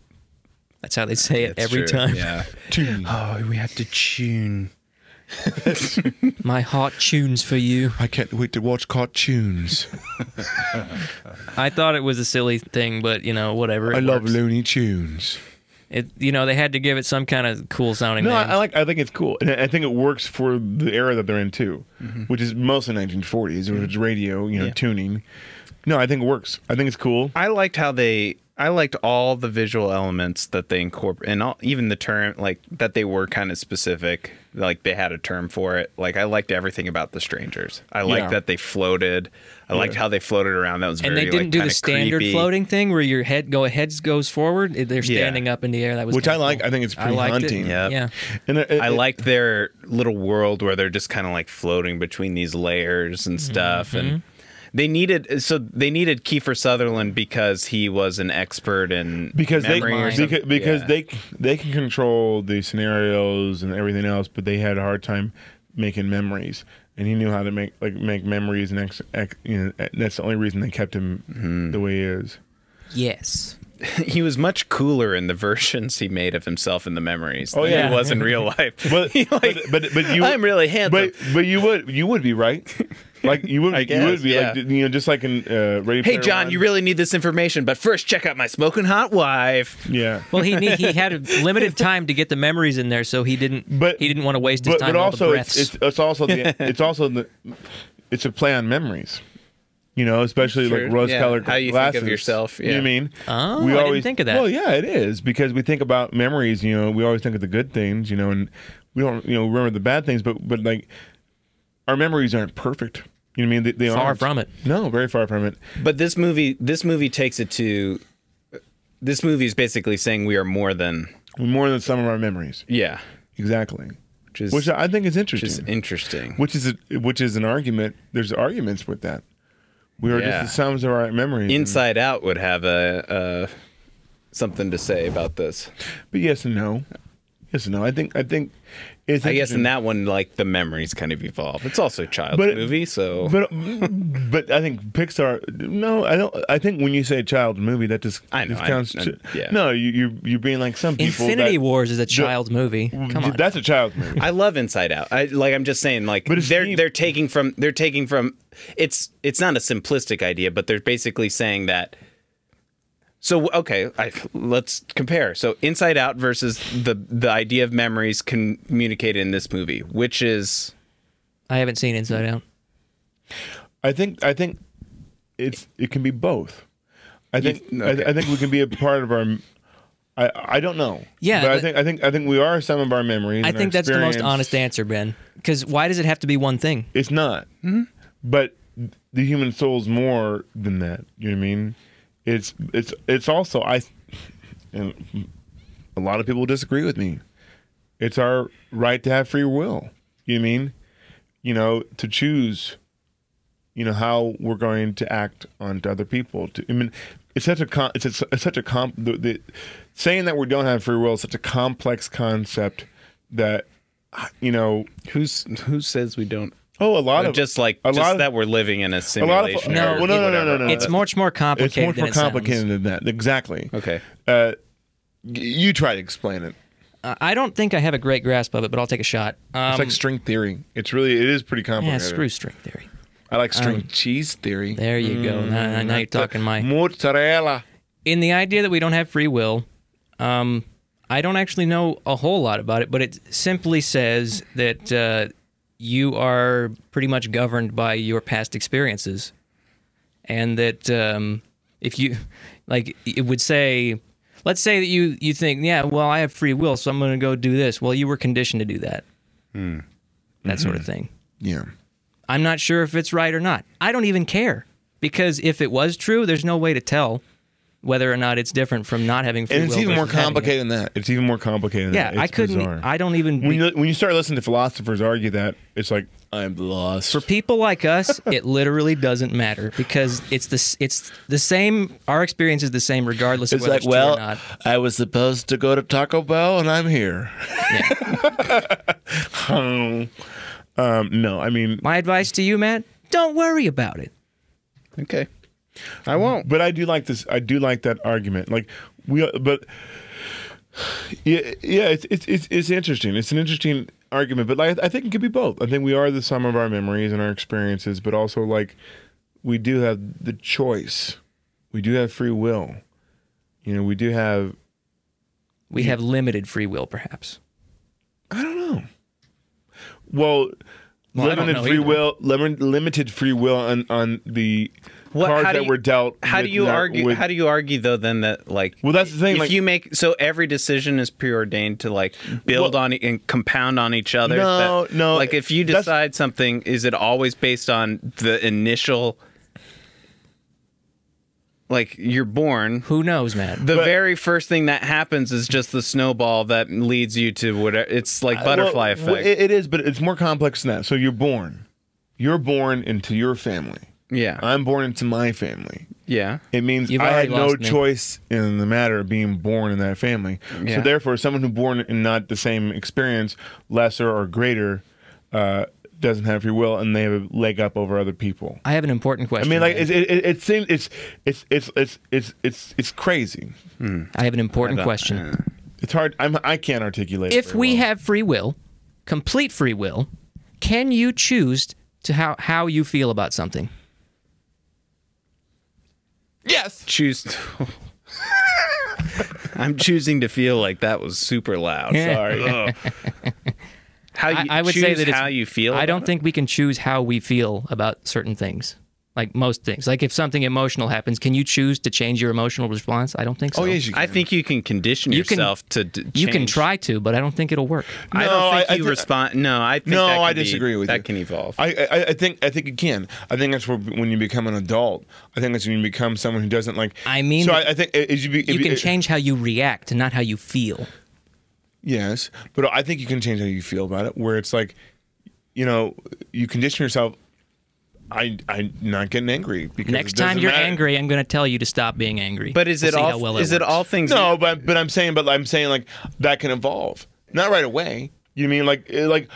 [SPEAKER 4] That's how they say it
[SPEAKER 3] That's
[SPEAKER 4] every
[SPEAKER 3] true,
[SPEAKER 4] time.
[SPEAKER 3] Yeah. Tune.
[SPEAKER 4] <laughs>
[SPEAKER 3] Oh, we have to tune.
[SPEAKER 4] My heart tunes for you.
[SPEAKER 7] I can't wait to watch cartoons.
[SPEAKER 4] I thought it was a silly thing, but you know, whatever. It
[SPEAKER 7] I love
[SPEAKER 4] works.
[SPEAKER 7] Looney Tunes.
[SPEAKER 4] it. You know, they had to give it some kind of cool sounding
[SPEAKER 5] No,
[SPEAKER 4] name.
[SPEAKER 5] I, I like. I think it's cool, and I I think it works for the era that they're in too,
[SPEAKER 7] Mm-hmm.
[SPEAKER 5] which is mostly 1940s, which is radio, you know, tuning. No, I think it works. I think it's cool.
[SPEAKER 3] I liked how they. I liked all the visual elements that they incorporate, and all, even the term like that they were kind of specific. Like they had a term for it. Like I liked everything about the strangers. I liked
[SPEAKER 5] Yeah.
[SPEAKER 3] that they floated. I liked how they floated around. That was
[SPEAKER 4] and
[SPEAKER 3] very,
[SPEAKER 4] they didn't
[SPEAKER 3] like,
[SPEAKER 4] do the
[SPEAKER 3] kinda
[SPEAKER 4] standard
[SPEAKER 3] creepy.
[SPEAKER 4] floating thing where your head go heads goes forward. They're standing up in the air. That was
[SPEAKER 5] Which I
[SPEAKER 4] kinda
[SPEAKER 5] like.
[SPEAKER 4] cool.
[SPEAKER 5] I think it's
[SPEAKER 4] I
[SPEAKER 5] pretty
[SPEAKER 4] liked it.
[SPEAKER 5] haunting.
[SPEAKER 3] Yeah. Yep.
[SPEAKER 4] Yeah.
[SPEAKER 5] And uh, it- it-
[SPEAKER 3] I liked their little world where they're just kind of like floating between these layers and
[SPEAKER 5] Mm-hmm.
[SPEAKER 3] stuff. And they needed so they needed Kiefer Sutherland because he was an expert in
[SPEAKER 5] because they
[SPEAKER 3] memory or
[SPEAKER 5] beca-
[SPEAKER 3] something.
[SPEAKER 5] because,
[SPEAKER 3] Yeah.
[SPEAKER 5] they they can control the scenarios and everything else, but they had a hard time making memories. And he knew how to make like make memories, and ex, ex, you know, that's the only reason they kept him
[SPEAKER 7] Mm-hmm.
[SPEAKER 5] the way he is.
[SPEAKER 4] Yes.
[SPEAKER 3] he was much cooler in the <laughs> versions he made of himself in the memories.
[SPEAKER 5] Oh,
[SPEAKER 3] than
[SPEAKER 5] yeah.
[SPEAKER 3] he was
[SPEAKER 5] <laughs>
[SPEAKER 3] in real life.
[SPEAKER 4] <laughs>
[SPEAKER 5] But,
[SPEAKER 3] <laughs> He, like,
[SPEAKER 5] but but but you.
[SPEAKER 3] I'm really handsome.
[SPEAKER 5] But but you would you would be right. Like
[SPEAKER 4] <laughs>
[SPEAKER 5] you would
[SPEAKER 3] I
[SPEAKER 5] you
[SPEAKER 3] guess,
[SPEAKER 5] would be like
[SPEAKER 3] yeah.
[SPEAKER 5] you know just like in uh, Ready
[SPEAKER 3] hey
[SPEAKER 5] Player
[SPEAKER 3] John,
[SPEAKER 5] One.
[SPEAKER 3] you really need this information, but first check out my smoking hot wife.
[SPEAKER 5] yeah.
[SPEAKER 4] Well, he need, he
[SPEAKER 5] <laughs>
[SPEAKER 4] had a limited time to get the memories in there, so he didn't.
[SPEAKER 5] But
[SPEAKER 4] he didn't want to waste his
[SPEAKER 5] But,
[SPEAKER 4] time.
[SPEAKER 5] but
[SPEAKER 4] on the
[SPEAKER 5] also
[SPEAKER 4] breaths.
[SPEAKER 5] it's, it's it's also the
[SPEAKER 4] <laughs>
[SPEAKER 5] it's also the it's a play on memories. You know, especially like
[SPEAKER 3] True.
[SPEAKER 5] rose colored
[SPEAKER 3] Yeah, how you think of
[SPEAKER 5] glasses.
[SPEAKER 3] yourself,
[SPEAKER 5] You know
[SPEAKER 3] yeah.
[SPEAKER 5] what I mean?
[SPEAKER 4] Oh, I didn't think of that.
[SPEAKER 5] Well, yeah, it is because we think about memories. You know, we always think of the good things. You know, and we don't you know remember the bad things. But but like our memories aren't perfect. You know what I mean? They, they
[SPEAKER 4] Far
[SPEAKER 5] aren't.
[SPEAKER 4] from it.
[SPEAKER 5] No, very far from it.
[SPEAKER 3] But this movie, this movie takes it to this movie is basically saying we are more than
[SPEAKER 5] more than some of our memories.
[SPEAKER 3] yeah,
[SPEAKER 5] Exactly.
[SPEAKER 3] which is
[SPEAKER 5] Which I think is interesting.
[SPEAKER 3] just interesting.
[SPEAKER 5] which is a, which is an argument. There's arguments with that. We are
[SPEAKER 3] Yeah.
[SPEAKER 5] just the sums of our memories.
[SPEAKER 3] Inside Out would have a, a something to say about this.
[SPEAKER 5] but yes and no. Yes and no. I think I think it's.
[SPEAKER 3] I guess
[SPEAKER 5] interesting.
[SPEAKER 3] in that one, like the memories kind of evolve. It's also a child's
[SPEAKER 5] But-
[SPEAKER 3] movie,
[SPEAKER 5] <laughs>
[SPEAKER 3] so
[SPEAKER 5] But uh, but I think Pixar. No, I don't. I think when you say child movie, that just
[SPEAKER 3] I know,
[SPEAKER 5] Just
[SPEAKER 3] I-
[SPEAKER 5] counts
[SPEAKER 3] I-
[SPEAKER 5] to-
[SPEAKER 3] yeah.
[SPEAKER 5] No, you you you're being like some people.
[SPEAKER 4] Infinity
[SPEAKER 5] that,
[SPEAKER 4] Wars is a child's movie. Come on.
[SPEAKER 5] That's a child movie.
[SPEAKER 3] I love Inside Out. I like. I'm just saying, like
[SPEAKER 5] But it's
[SPEAKER 3] they're
[SPEAKER 5] deep.
[SPEAKER 3] they're taking from they're taking from. It's it's not a simplistic idea, but they're basically saying that. So okay, I, let's compare. So Inside Out versus the the idea of memories communicated in this movie, which is
[SPEAKER 4] I haven't seen Inside Out.
[SPEAKER 5] I think I think it's it can be both. I think
[SPEAKER 3] okay.
[SPEAKER 5] I, I think we can be a part of our. I, I don't know.
[SPEAKER 4] Yeah,
[SPEAKER 5] but, I
[SPEAKER 4] but-
[SPEAKER 5] think I think I think we are some of our memories.
[SPEAKER 4] I
[SPEAKER 5] and our
[SPEAKER 4] think that's the most
[SPEAKER 5] experience.
[SPEAKER 4] honest answer, Ben. Because why does it have to be one thing?
[SPEAKER 5] It's not. But the human soul's more than that. You know what I mean? It's it's it's also I and a lot of people disagree with me. It's our right to have free will. You know what I mean? You know, to choose you know how we're going to act on to other people. To, I mean, it's such a con- it's, it's, it's such a comp the, the saying that we don't have free will is such a complex concept that you know
[SPEAKER 3] who's who says we don't.
[SPEAKER 5] oh a lot of
[SPEAKER 3] Just like
[SPEAKER 5] a
[SPEAKER 3] just
[SPEAKER 5] lot of-
[SPEAKER 3] that we're living in a
[SPEAKER 5] lot of-
[SPEAKER 3] simulation.
[SPEAKER 5] No,
[SPEAKER 3] or
[SPEAKER 5] Uh, well, no, no, no, no,
[SPEAKER 3] whatever.
[SPEAKER 5] no, no.
[SPEAKER 4] It's much more
[SPEAKER 5] it's
[SPEAKER 4] complicated
[SPEAKER 5] much more
[SPEAKER 4] than it sounds.
[SPEAKER 5] complicated than that. Exactly.
[SPEAKER 3] Okay.
[SPEAKER 5] Uh,
[SPEAKER 7] Y- You try to explain it.
[SPEAKER 4] Uh, I don't think I have a great grasp of it, but I'll take a shot. Um,
[SPEAKER 7] It's like string theory.
[SPEAKER 5] it's really it is pretty
[SPEAKER 4] yeah,
[SPEAKER 5] complicated.
[SPEAKER 4] screw string theory.
[SPEAKER 7] I like string cheese theory.
[SPEAKER 4] There you go.
[SPEAKER 7] Mm,
[SPEAKER 4] Now, now you're talking my
[SPEAKER 7] Mozzarella.
[SPEAKER 4] in the idea that we don't have free will, um, I don't actually know a whole lot about it, but it simply says that uh, you are pretty much governed by your past experiences, and that um, if you like, it would say, let's say that you you think, yeah, well, I have free will, so I'm going to go do this. Well, you were conditioned to do that,
[SPEAKER 7] Hmm.
[SPEAKER 4] that sort of thing.
[SPEAKER 7] Yeah.
[SPEAKER 4] I'm not sure if it's right or not. I don't even care because if it was true, there's no way to tell whether or not it's different from not having free
[SPEAKER 7] And it's
[SPEAKER 4] will
[SPEAKER 7] even more
[SPEAKER 4] versus having it.
[SPEAKER 7] complicated than that.
[SPEAKER 5] It's even more complicated. than
[SPEAKER 4] Yeah,
[SPEAKER 5] that.
[SPEAKER 4] I
[SPEAKER 5] It's
[SPEAKER 4] couldn't. e,
[SPEAKER 5] bizarre.
[SPEAKER 4] I don't even.
[SPEAKER 5] when you when you start listening to philosophers argue that, it's like
[SPEAKER 7] I'm lost.
[SPEAKER 4] for people like us, it literally doesn't matter because it's the s- it's the same. Our experience is the same regardless of
[SPEAKER 7] It's
[SPEAKER 4] whether
[SPEAKER 7] like,
[SPEAKER 4] it's true or
[SPEAKER 7] well,
[SPEAKER 4] not.
[SPEAKER 7] I was supposed to go to Taco Bell and I'm here.
[SPEAKER 5] um, um, no. I mean,
[SPEAKER 4] My advice to you, Matt: don't worry about it.
[SPEAKER 3] Okay. I won't.
[SPEAKER 5] but I do like this. I do like that argument. Like we, uh, but <sighs> yeah, yeah. It's it's it's, it's interesting. It's an interesting argument. But like, I think it could be both. I think we are the sum of our memories and our experiences, but also like we do have the choice. We do have free will. You know, we do have
[SPEAKER 4] We have limited free will, perhaps.
[SPEAKER 5] Well,
[SPEAKER 4] Well, I don't
[SPEAKER 5] limited
[SPEAKER 4] know
[SPEAKER 5] free
[SPEAKER 4] either.
[SPEAKER 5] will, lim- limited free will on on the
[SPEAKER 3] What-
[SPEAKER 5] cards
[SPEAKER 3] how do
[SPEAKER 5] that
[SPEAKER 3] you-
[SPEAKER 5] were dealt.
[SPEAKER 3] How do
[SPEAKER 5] with
[SPEAKER 3] you
[SPEAKER 5] not-
[SPEAKER 3] argue?
[SPEAKER 5] with-
[SPEAKER 3] how do you argue though? Then that like
[SPEAKER 5] Well, that's the thing,
[SPEAKER 3] If
[SPEAKER 5] like-
[SPEAKER 3] you make so every decision is preordained to like build on it and compound on each other.
[SPEAKER 5] No,
[SPEAKER 3] that-
[SPEAKER 5] no,
[SPEAKER 3] Like if you
[SPEAKER 5] that's-
[SPEAKER 3] decide something, is it always based on the initial? Like you're born.
[SPEAKER 4] Who knows, Matt?
[SPEAKER 3] The very first thing that happens is just the snowball that leads you to whatever. It's like butterfly
[SPEAKER 5] Well, well,
[SPEAKER 3] effect.
[SPEAKER 5] it- it is, but it's more complex than that. So you're born, you're born into your family.
[SPEAKER 3] yeah.
[SPEAKER 5] I'm born into my family.
[SPEAKER 3] yeah.
[SPEAKER 5] It means
[SPEAKER 4] You've
[SPEAKER 5] I had
[SPEAKER 4] already
[SPEAKER 5] no
[SPEAKER 4] lost me.
[SPEAKER 5] choice in the matter of being born in that family.
[SPEAKER 3] Yeah.
[SPEAKER 5] So therefore, someone who born in not the same experience, lesser or greater, uh, doesn't have free will, and they have a leg up over other people.
[SPEAKER 4] I have an important
[SPEAKER 5] I
[SPEAKER 4] question.
[SPEAKER 5] mean, like
[SPEAKER 4] Ben.
[SPEAKER 5] it, it, it, it seems it's it's it's it's it's it's it's crazy.
[SPEAKER 4] I have an important question.
[SPEAKER 5] It's hard. I'm I can't articulate. it
[SPEAKER 4] if
[SPEAKER 5] very
[SPEAKER 4] we
[SPEAKER 5] well.
[SPEAKER 4] have free will, complete free will, can you choose to how how you feel about something?
[SPEAKER 7] Yes.
[SPEAKER 3] Choose. <laughs> I'm choosing to feel like that was super loud.
[SPEAKER 4] <laughs>
[SPEAKER 3] Sorry. Ugh. how you
[SPEAKER 4] I, I would
[SPEAKER 3] choose
[SPEAKER 4] say that it's,
[SPEAKER 3] how you feel.
[SPEAKER 4] I
[SPEAKER 3] about
[SPEAKER 4] don't think we can choose how we feel about certain things. Like most things. Like if something emotional happens, can you choose to change your emotional response? I don't think so.
[SPEAKER 5] Oh yes, you can.
[SPEAKER 3] I think you can condition
[SPEAKER 4] You can-
[SPEAKER 3] yourself to. D-
[SPEAKER 4] You can
[SPEAKER 3] change.
[SPEAKER 4] try to, but I don't think it'll work.
[SPEAKER 3] I
[SPEAKER 5] No,
[SPEAKER 3] don't think
[SPEAKER 5] I- I
[SPEAKER 3] you
[SPEAKER 5] thi-
[SPEAKER 3] respond. No, I think
[SPEAKER 5] no,
[SPEAKER 3] that can
[SPEAKER 5] I
[SPEAKER 3] be-
[SPEAKER 5] disagree with
[SPEAKER 3] that
[SPEAKER 5] you.
[SPEAKER 3] can evolve.
[SPEAKER 5] I, I, I think I think it can. I think that's where, when you become an adult. I think that's when you become someone who doesn't like.
[SPEAKER 4] I mean-
[SPEAKER 5] so I, I think as you be,
[SPEAKER 4] You
[SPEAKER 5] if
[SPEAKER 4] can
[SPEAKER 5] it-
[SPEAKER 4] change how you react, not how you feel.
[SPEAKER 5] Yes, but I think you can change how you feel about it. Where it's like, you know, you condition yourself. I I'm not getting angry because
[SPEAKER 4] Next
[SPEAKER 5] it doesn't
[SPEAKER 4] time you're
[SPEAKER 5] matter.
[SPEAKER 4] angry, I'm going to tell you to stop being angry.
[SPEAKER 3] but is
[SPEAKER 4] We'll
[SPEAKER 3] it
[SPEAKER 4] see how
[SPEAKER 3] all?
[SPEAKER 4] well
[SPEAKER 3] is it
[SPEAKER 4] works.
[SPEAKER 3] all things?
[SPEAKER 5] No, but but I'm saying, but I'm saying like that can evolve, not right away. You mean like eh, like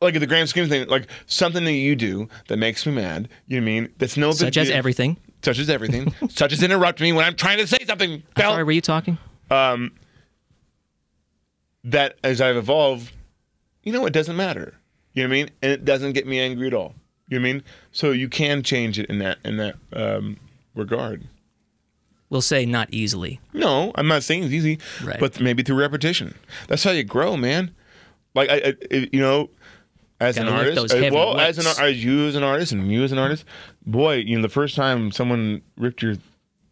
[SPEAKER 5] like in the grand scheme of things, like something that you do that makes me mad. You mean that's no big
[SPEAKER 4] Such as
[SPEAKER 5] deal-
[SPEAKER 4] everything.
[SPEAKER 5] such as everything, such as interrupt me when I'm trying to say something.
[SPEAKER 4] I'm
[SPEAKER 5] Bell.
[SPEAKER 4] Sorry, were you talking?
[SPEAKER 5] that as I've evolved, you know, it doesn't matter. You know what I mean? And it doesn't get me angry at all. You know what I mean? So you can change it in that in that um, regard.
[SPEAKER 4] We'll say not easily.
[SPEAKER 5] No, I'm not saying it's easy,
[SPEAKER 4] Right.
[SPEAKER 5] but maybe through repetition. That's how you grow, man. Like I, I I- you know, as an
[SPEAKER 4] Gotta lift
[SPEAKER 5] artist,
[SPEAKER 4] those heavy
[SPEAKER 5] well, as an
[SPEAKER 4] weights.
[SPEAKER 5] as you as an artist and you as an artist, boy, you know, the first time someone ripped your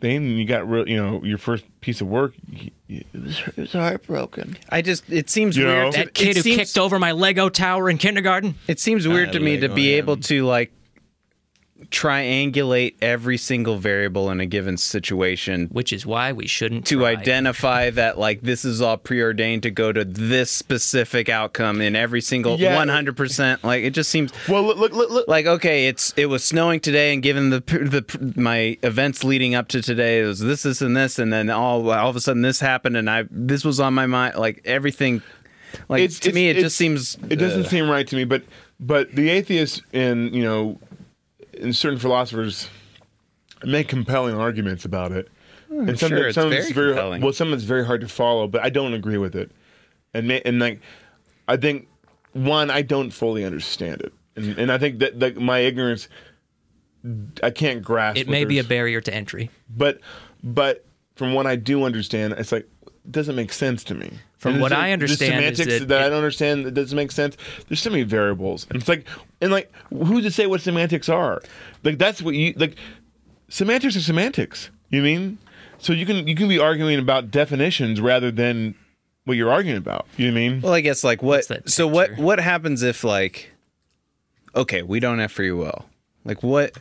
[SPEAKER 5] thing and you got real, you know, your first piece of work, y- y- it was, it was heartbroken.
[SPEAKER 3] I just. It seems
[SPEAKER 5] You know?
[SPEAKER 3] weird. to-
[SPEAKER 4] That kid
[SPEAKER 3] it
[SPEAKER 4] who
[SPEAKER 3] seems,
[SPEAKER 4] kicked over my Lego tower in kindergarten.
[SPEAKER 3] It seems weird to me to
[SPEAKER 5] Lego
[SPEAKER 3] be
[SPEAKER 5] him.
[SPEAKER 3] able to like triangulate every single variable in a given situation
[SPEAKER 4] Which is why we shouldn't
[SPEAKER 3] to
[SPEAKER 4] try.
[SPEAKER 3] identify that like this is all preordained to go to this specific outcome in every single
[SPEAKER 5] Yeah.
[SPEAKER 3] 100% like it just seems
[SPEAKER 5] Well, look, look, look, look.
[SPEAKER 3] like okay it's it was snowing today and given the pr- the pr- my events leading up to today it was this this and this and then all all of a sudden this happened and i this was on my mind like everything like
[SPEAKER 5] It's-
[SPEAKER 3] to me it
[SPEAKER 5] it's-
[SPEAKER 3] just
[SPEAKER 5] it's-
[SPEAKER 3] seems
[SPEAKER 5] it doesn't
[SPEAKER 3] uh,
[SPEAKER 5] seem right to me but but the atheists and you know and certain philosophers make compelling arguments about it and some,
[SPEAKER 3] Hmm, sure, it's
[SPEAKER 5] some
[SPEAKER 3] very compelling.
[SPEAKER 5] well some it's very hard to follow but i don't agree with it and ma- and like i think one i don't fully understand it and, and i think that like my ignorance i can't grasp
[SPEAKER 4] It
[SPEAKER 5] what
[SPEAKER 4] may be a
[SPEAKER 5] there's-
[SPEAKER 4] barrier to entry.
[SPEAKER 5] but but from what I do understand, it's like it doesn't make sense to me.
[SPEAKER 4] From
[SPEAKER 5] And
[SPEAKER 4] what
[SPEAKER 5] it's
[SPEAKER 4] I
[SPEAKER 5] like,
[SPEAKER 4] understand
[SPEAKER 5] the
[SPEAKER 4] is
[SPEAKER 5] semantics
[SPEAKER 4] that
[SPEAKER 5] that,
[SPEAKER 4] it-
[SPEAKER 5] I don't understand that doesn't make sense. There's so many variables, and it's like and like who's to say what semantics are? Like that's what you like. Semantics are semantics. You mean so you can you can be arguing about definitions rather than what you're arguing about. You know what I mean?
[SPEAKER 3] Well, I guess like what
[SPEAKER 4] that
[SPEAKER 3] so what
[SPEAKER 4] picture?
[SPEAKER 3] what happens if like okay, we don't have free will. Like what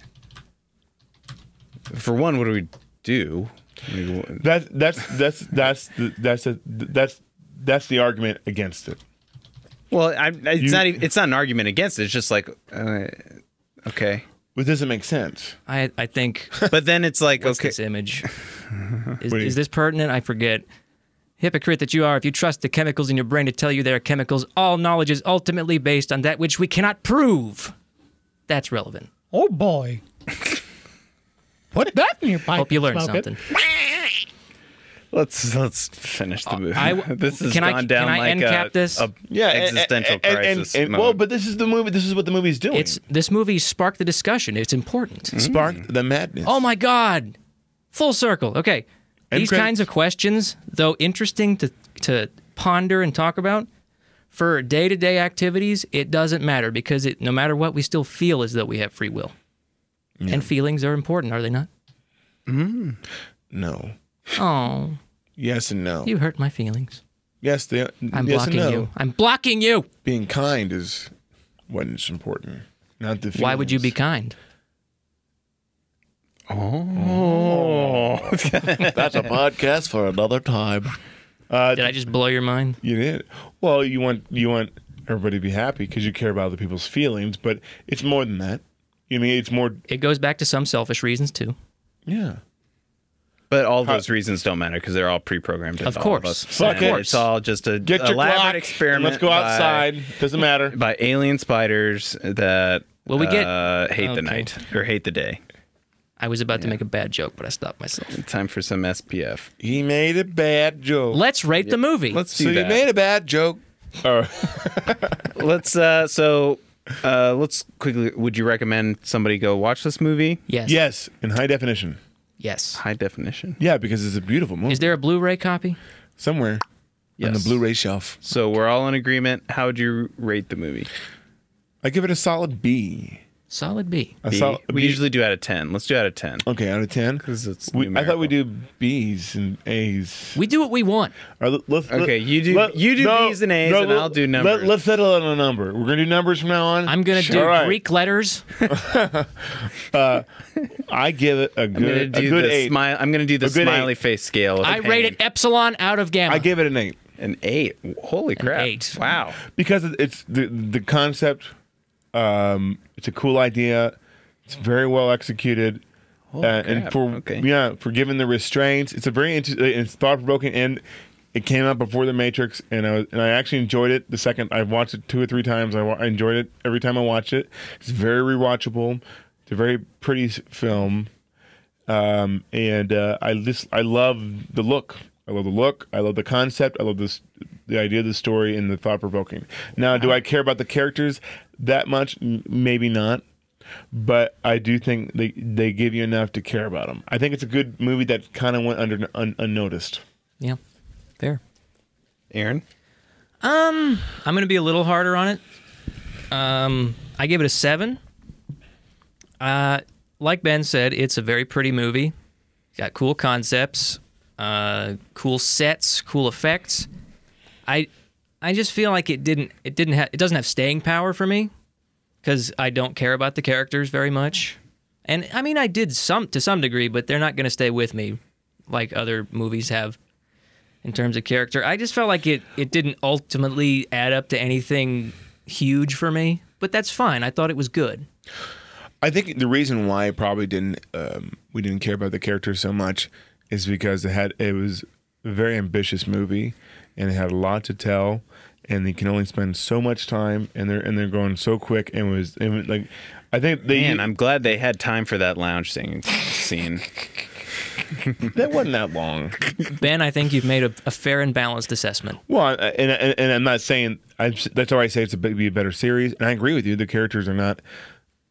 [SPEAKER 3] for one, what do we do? Like, wh-
[SPEAKER 5] That's that's that's that's the, that's a, that's that's the argument against it.
[SPEAKER 3] Well, I, it's
[SPEAKER 5] You-
[SPEAKER 3] not even, it's not an argument against it. It's just like uh, okay.
[SPEAKER 5] It doesn't make sense.
[SPEAKER 4] I, I think
[SPEAKER 3] But then it's like
[SPEAKER 4] What's
[SPEAKER 3] okay.
[SPEAKER 4] this image? Is, is this pertinent? I forget. Hypocrite that you are, if you trust the chemicals in your brain to tell you they are chemicals, all knowledge is ultimately based on that which we cannot prove. That's relevant.
[SPEAKER 7] Oh boy. Put that in your pipe.
[SPEAKER 4] Hope you
[SPEAKER 7] and
[SPEAKER 4] learned
[SPEAKER 7] smoke it.
[SPEAKER 4] something.
[SPEAKER 3] Let's let's <laughs> finish the movie. <laughs>
[SPEAKER 4] I-
[SPEAKER 3] this has
[SPEAKER 4] can I-
[SPEAKER 3] gone
[SPEAKER 4] can
[SPEAKER 3] down
[SPEAKER 4] I
[SPEAKER 3] like
[SPEAKER 4] end
[SPEAKER 3] a,
[SPEAKER 4] cap this?
[SPEAKER 3] a
[SPEAKER 5] Yeah, and-
[SPEAKER 3] existential
[SPEAKER 5] and, and,
[SPEAKER 3] crisis.
[SPEAKER 5] And, and,
[SPEAKER 3] mode.
[SPEAKER 5] well, but this is the movie. This is what the movie's doing. Hmm.
[SPEAKER 4] It's this movie sparked the discussion. It's important.
[SPEAKER 5] sparked the madness.
[SPEAKER 4] Oh my God! Full circle. Okay.
[SPEAKER 5] End
[SPEAKER 4] These
[SPEAKER 5] credits.
[SPEAKER 4] kinds of questions, though interesting to, to ponder and talk about, for day to day activities, it doesn't matter because it, no matter what, we still feel as though we have free will. And feelings are important, are they not?
[SPEAKER 5] no.
[SPEAKER 4] Oh,
[SPEAKER 5] Yes and no.
[SPEAKER 4] you hurt my feelings.
[SPEAKER 5] yes, the,
[SPEAKER 4] I'm
[SPEAKER 5] yes
[SPEAKER 4] blocking
[SPEAKER 5] and no.
[SPEAKER 4] you. I'm blocking you.
[SPEAKER 5] Being kind is what is important, not the. Feelings.
[SPEAKER 4] Why would you be kind?
[SPEAKER 6] That's a podcast for another time.
[SPEAKER 5] Uh,
[SPEAKER 4] Did I just blow your mind?
[SPEAKER 5] You did. Well, you want you want everybody to be happy because you care about other people's feelings, but it's more than that. You mean it's more?
[SPEAKER 4] It goes back to some selfish reasons too.
[SPEAKER 5] Yeah.
[SPEAKER 3] But
[SPEAKER 5] uh,
[SPEAKER 3] all those reasons don't matter because they're all pre-programmed.
[SPEAKER 4] Of
[SPEAKER 3] into all
[SPEAKER 4] course.
[SPEAKER 3] us.
[SPEAKER 4] Fuck
[SPEAKER 3] And
[SPEAKER 4] it.
[SPEAKER 3] It's all just a
[SPEAKER 5] Get your
[SPEAKER 3] elaborate
[SPEAKER 5] Glock
[SPEAKER 3] experiment.
[SPEAKER 5] and let's go
[SPEAKER 3] by-
[SPEAKER 5] outside. Doesn't matter.
[SPEAKER 3] by alien spiders that
[SPEAKER 4] Well, we get-
[SPEAKER 3] uh, hate
[SPEAKER 4] okay.
[SPEAKER 3] the night or hate the day.
[SPEAKER 4] I was about to make a bad joke, but I stopped myself.
[SPEAKER 3] Time for some SPF.
[SPEAKER 5] He made a bad joke.
[SPEAKER 4] Let's rate the movie.
[SPEAKER 3] Let's
[SPEAKER 5] so
[SPEAKER 3] do
[SPEAKER 5] you
[SPEAKER 3] that.
[SPEAKER 5] made a bad joke.
[SPEAKER 3] let's uh, so uh, let's quickly. Would you recommend somebody go watch this movie?
[SPEAKER 4] yes.
[SPEAKER 5] Yes, in high definition.
[SPEAKER 4] Yes.
[SPEAKER 3] High definition.
[SPEAKER 5] Yeah, because it's a beautiful movie.
[SPEAKER 4] Is there a Blu-ray copy?
[SPEAKER 5] somewhere on the
[SPEAKER 3] Yes.
[SPEAKER 5] Blu-ray shelf?
[SPEAKER 3] So we're all in agreement. How would you rate the movie?
[SPEAKER 5] I give it a solid B.
[SPEAKER 4] Solid B.
[SPEAKER 5] I
[SPEAKER 3] B.
[SPEAKER 5] saw
[SPEAKER 3] we usually do out of 10. Let's do out of 10.
[SPEAKER 5] okay out of ten.
[SPEAKER 3] 'Cause it's
[SPEAKER 5] We, I thought we do
[SPEAKER 3] numerical.
[SPEAKER 5] B's and A's.
[SPEAKER 4] We do what we want.
[SPEAKER 5] Or let- let's-
[SPEAKER 3] Okay, you do- you do B's and A's, and
[SPEAKER 5] let-
[SPEAKER 3] I'll do numbers.
[SPEAKER 5] Let, us settle on a number. We're gonna do numbers from now on.
[SPEAKER 4] I'm gonna do
[SPEAKER 5] All right.
[SPEAKER 4] Greek letters.
[SPEAKER 5] I give it a
[SPEAKER 3] I'm gonna
[SPEAKER 5] good, a
[SPEAKER 3] do
[SPEAKER 5] good
[SPEAKER 3] the
[SPEAKER 5] eight.
[SPEAKER 3] smile. I'm gonna do the
[SPEAKER 5] good
[SPEAKER 3] smiley
[SPEAKER 5] eight.
[SPEAKER 3] face scale. of
[SPEAKER 4] I
[SPEAKER 3] pain.
[SPEAKER 4] rate it epsilon out of gamma.
[SPEAKER 5] I give it an eight
[SPEAKER 3] an eight. Holy crap!
[SPEAKER 4] eight.
[SPEAKER 3] Wow.
[SPEAKER 5] because it- it's the the concept. Um, it's a cool idea. It's very well executed. Uh, and
[SPEAKER 3] crap.
[SPEAKER 5] for
[SPEAKER 3] Okay.
[SPEAKER 5] yeah, for given the restraints, it's a very interesting. It's thought provoking, and it came out before the Matrix, and I was, and I actually enjoyed it. The second I watched it two or three times, I, wa- I enjoyed it every time I watched it. It's very rewatchable. It's a very pretty s- film, um, and uh, I just I love the look. I love the look. I love the concept. I love this the idea of the story and the thought provoking. Now, do I care about the characters that much? M- Maybe not but I do think they they give you enough to care about them. I think it's a good movie that kind of went under un, unnoticed.
[SPEAKER 4] yeah, fair.
[SPEAKER 3] Aaron.
[SPEAKER 4] I'm gonna be a little harder on it. Um, I give it a seven. Uh, like Ben said, it's a very pretty movie. It's got cool concepts, uh, cool sets, cool effects. I, I just feel like it didn't. It didn't have. It doesn't have staying power for me, because I don't care about the characters very much. And I mean, I did some to some degree, but they're not gonna stay with me, like other movies have in terms of character. I just felt like it it didn't ultimately add up to anything huge for me, but that's fine. I thought it was good.
[SPEAKER 7] I think the reason why it probably didn't um, we didn't care about the character so much is because it had it was a very ambitious movie and it had a lot to tell and they can only spend so much time and they're and they're going so quick and it was, it was like I think they
[SPEAKER 3] Man, I'm glad they had time for that lounge singing scene.
[SPEAKER 5] That wasn't that long.
[SPEAKER 4] Ben, I think you've made a, a fair and balanced assessment.
[SPEAKER 5] Well, I- and, and and I'm not saying I'm, s- that's why I say it's a bit- be a better series, and I agree with you. The characters are not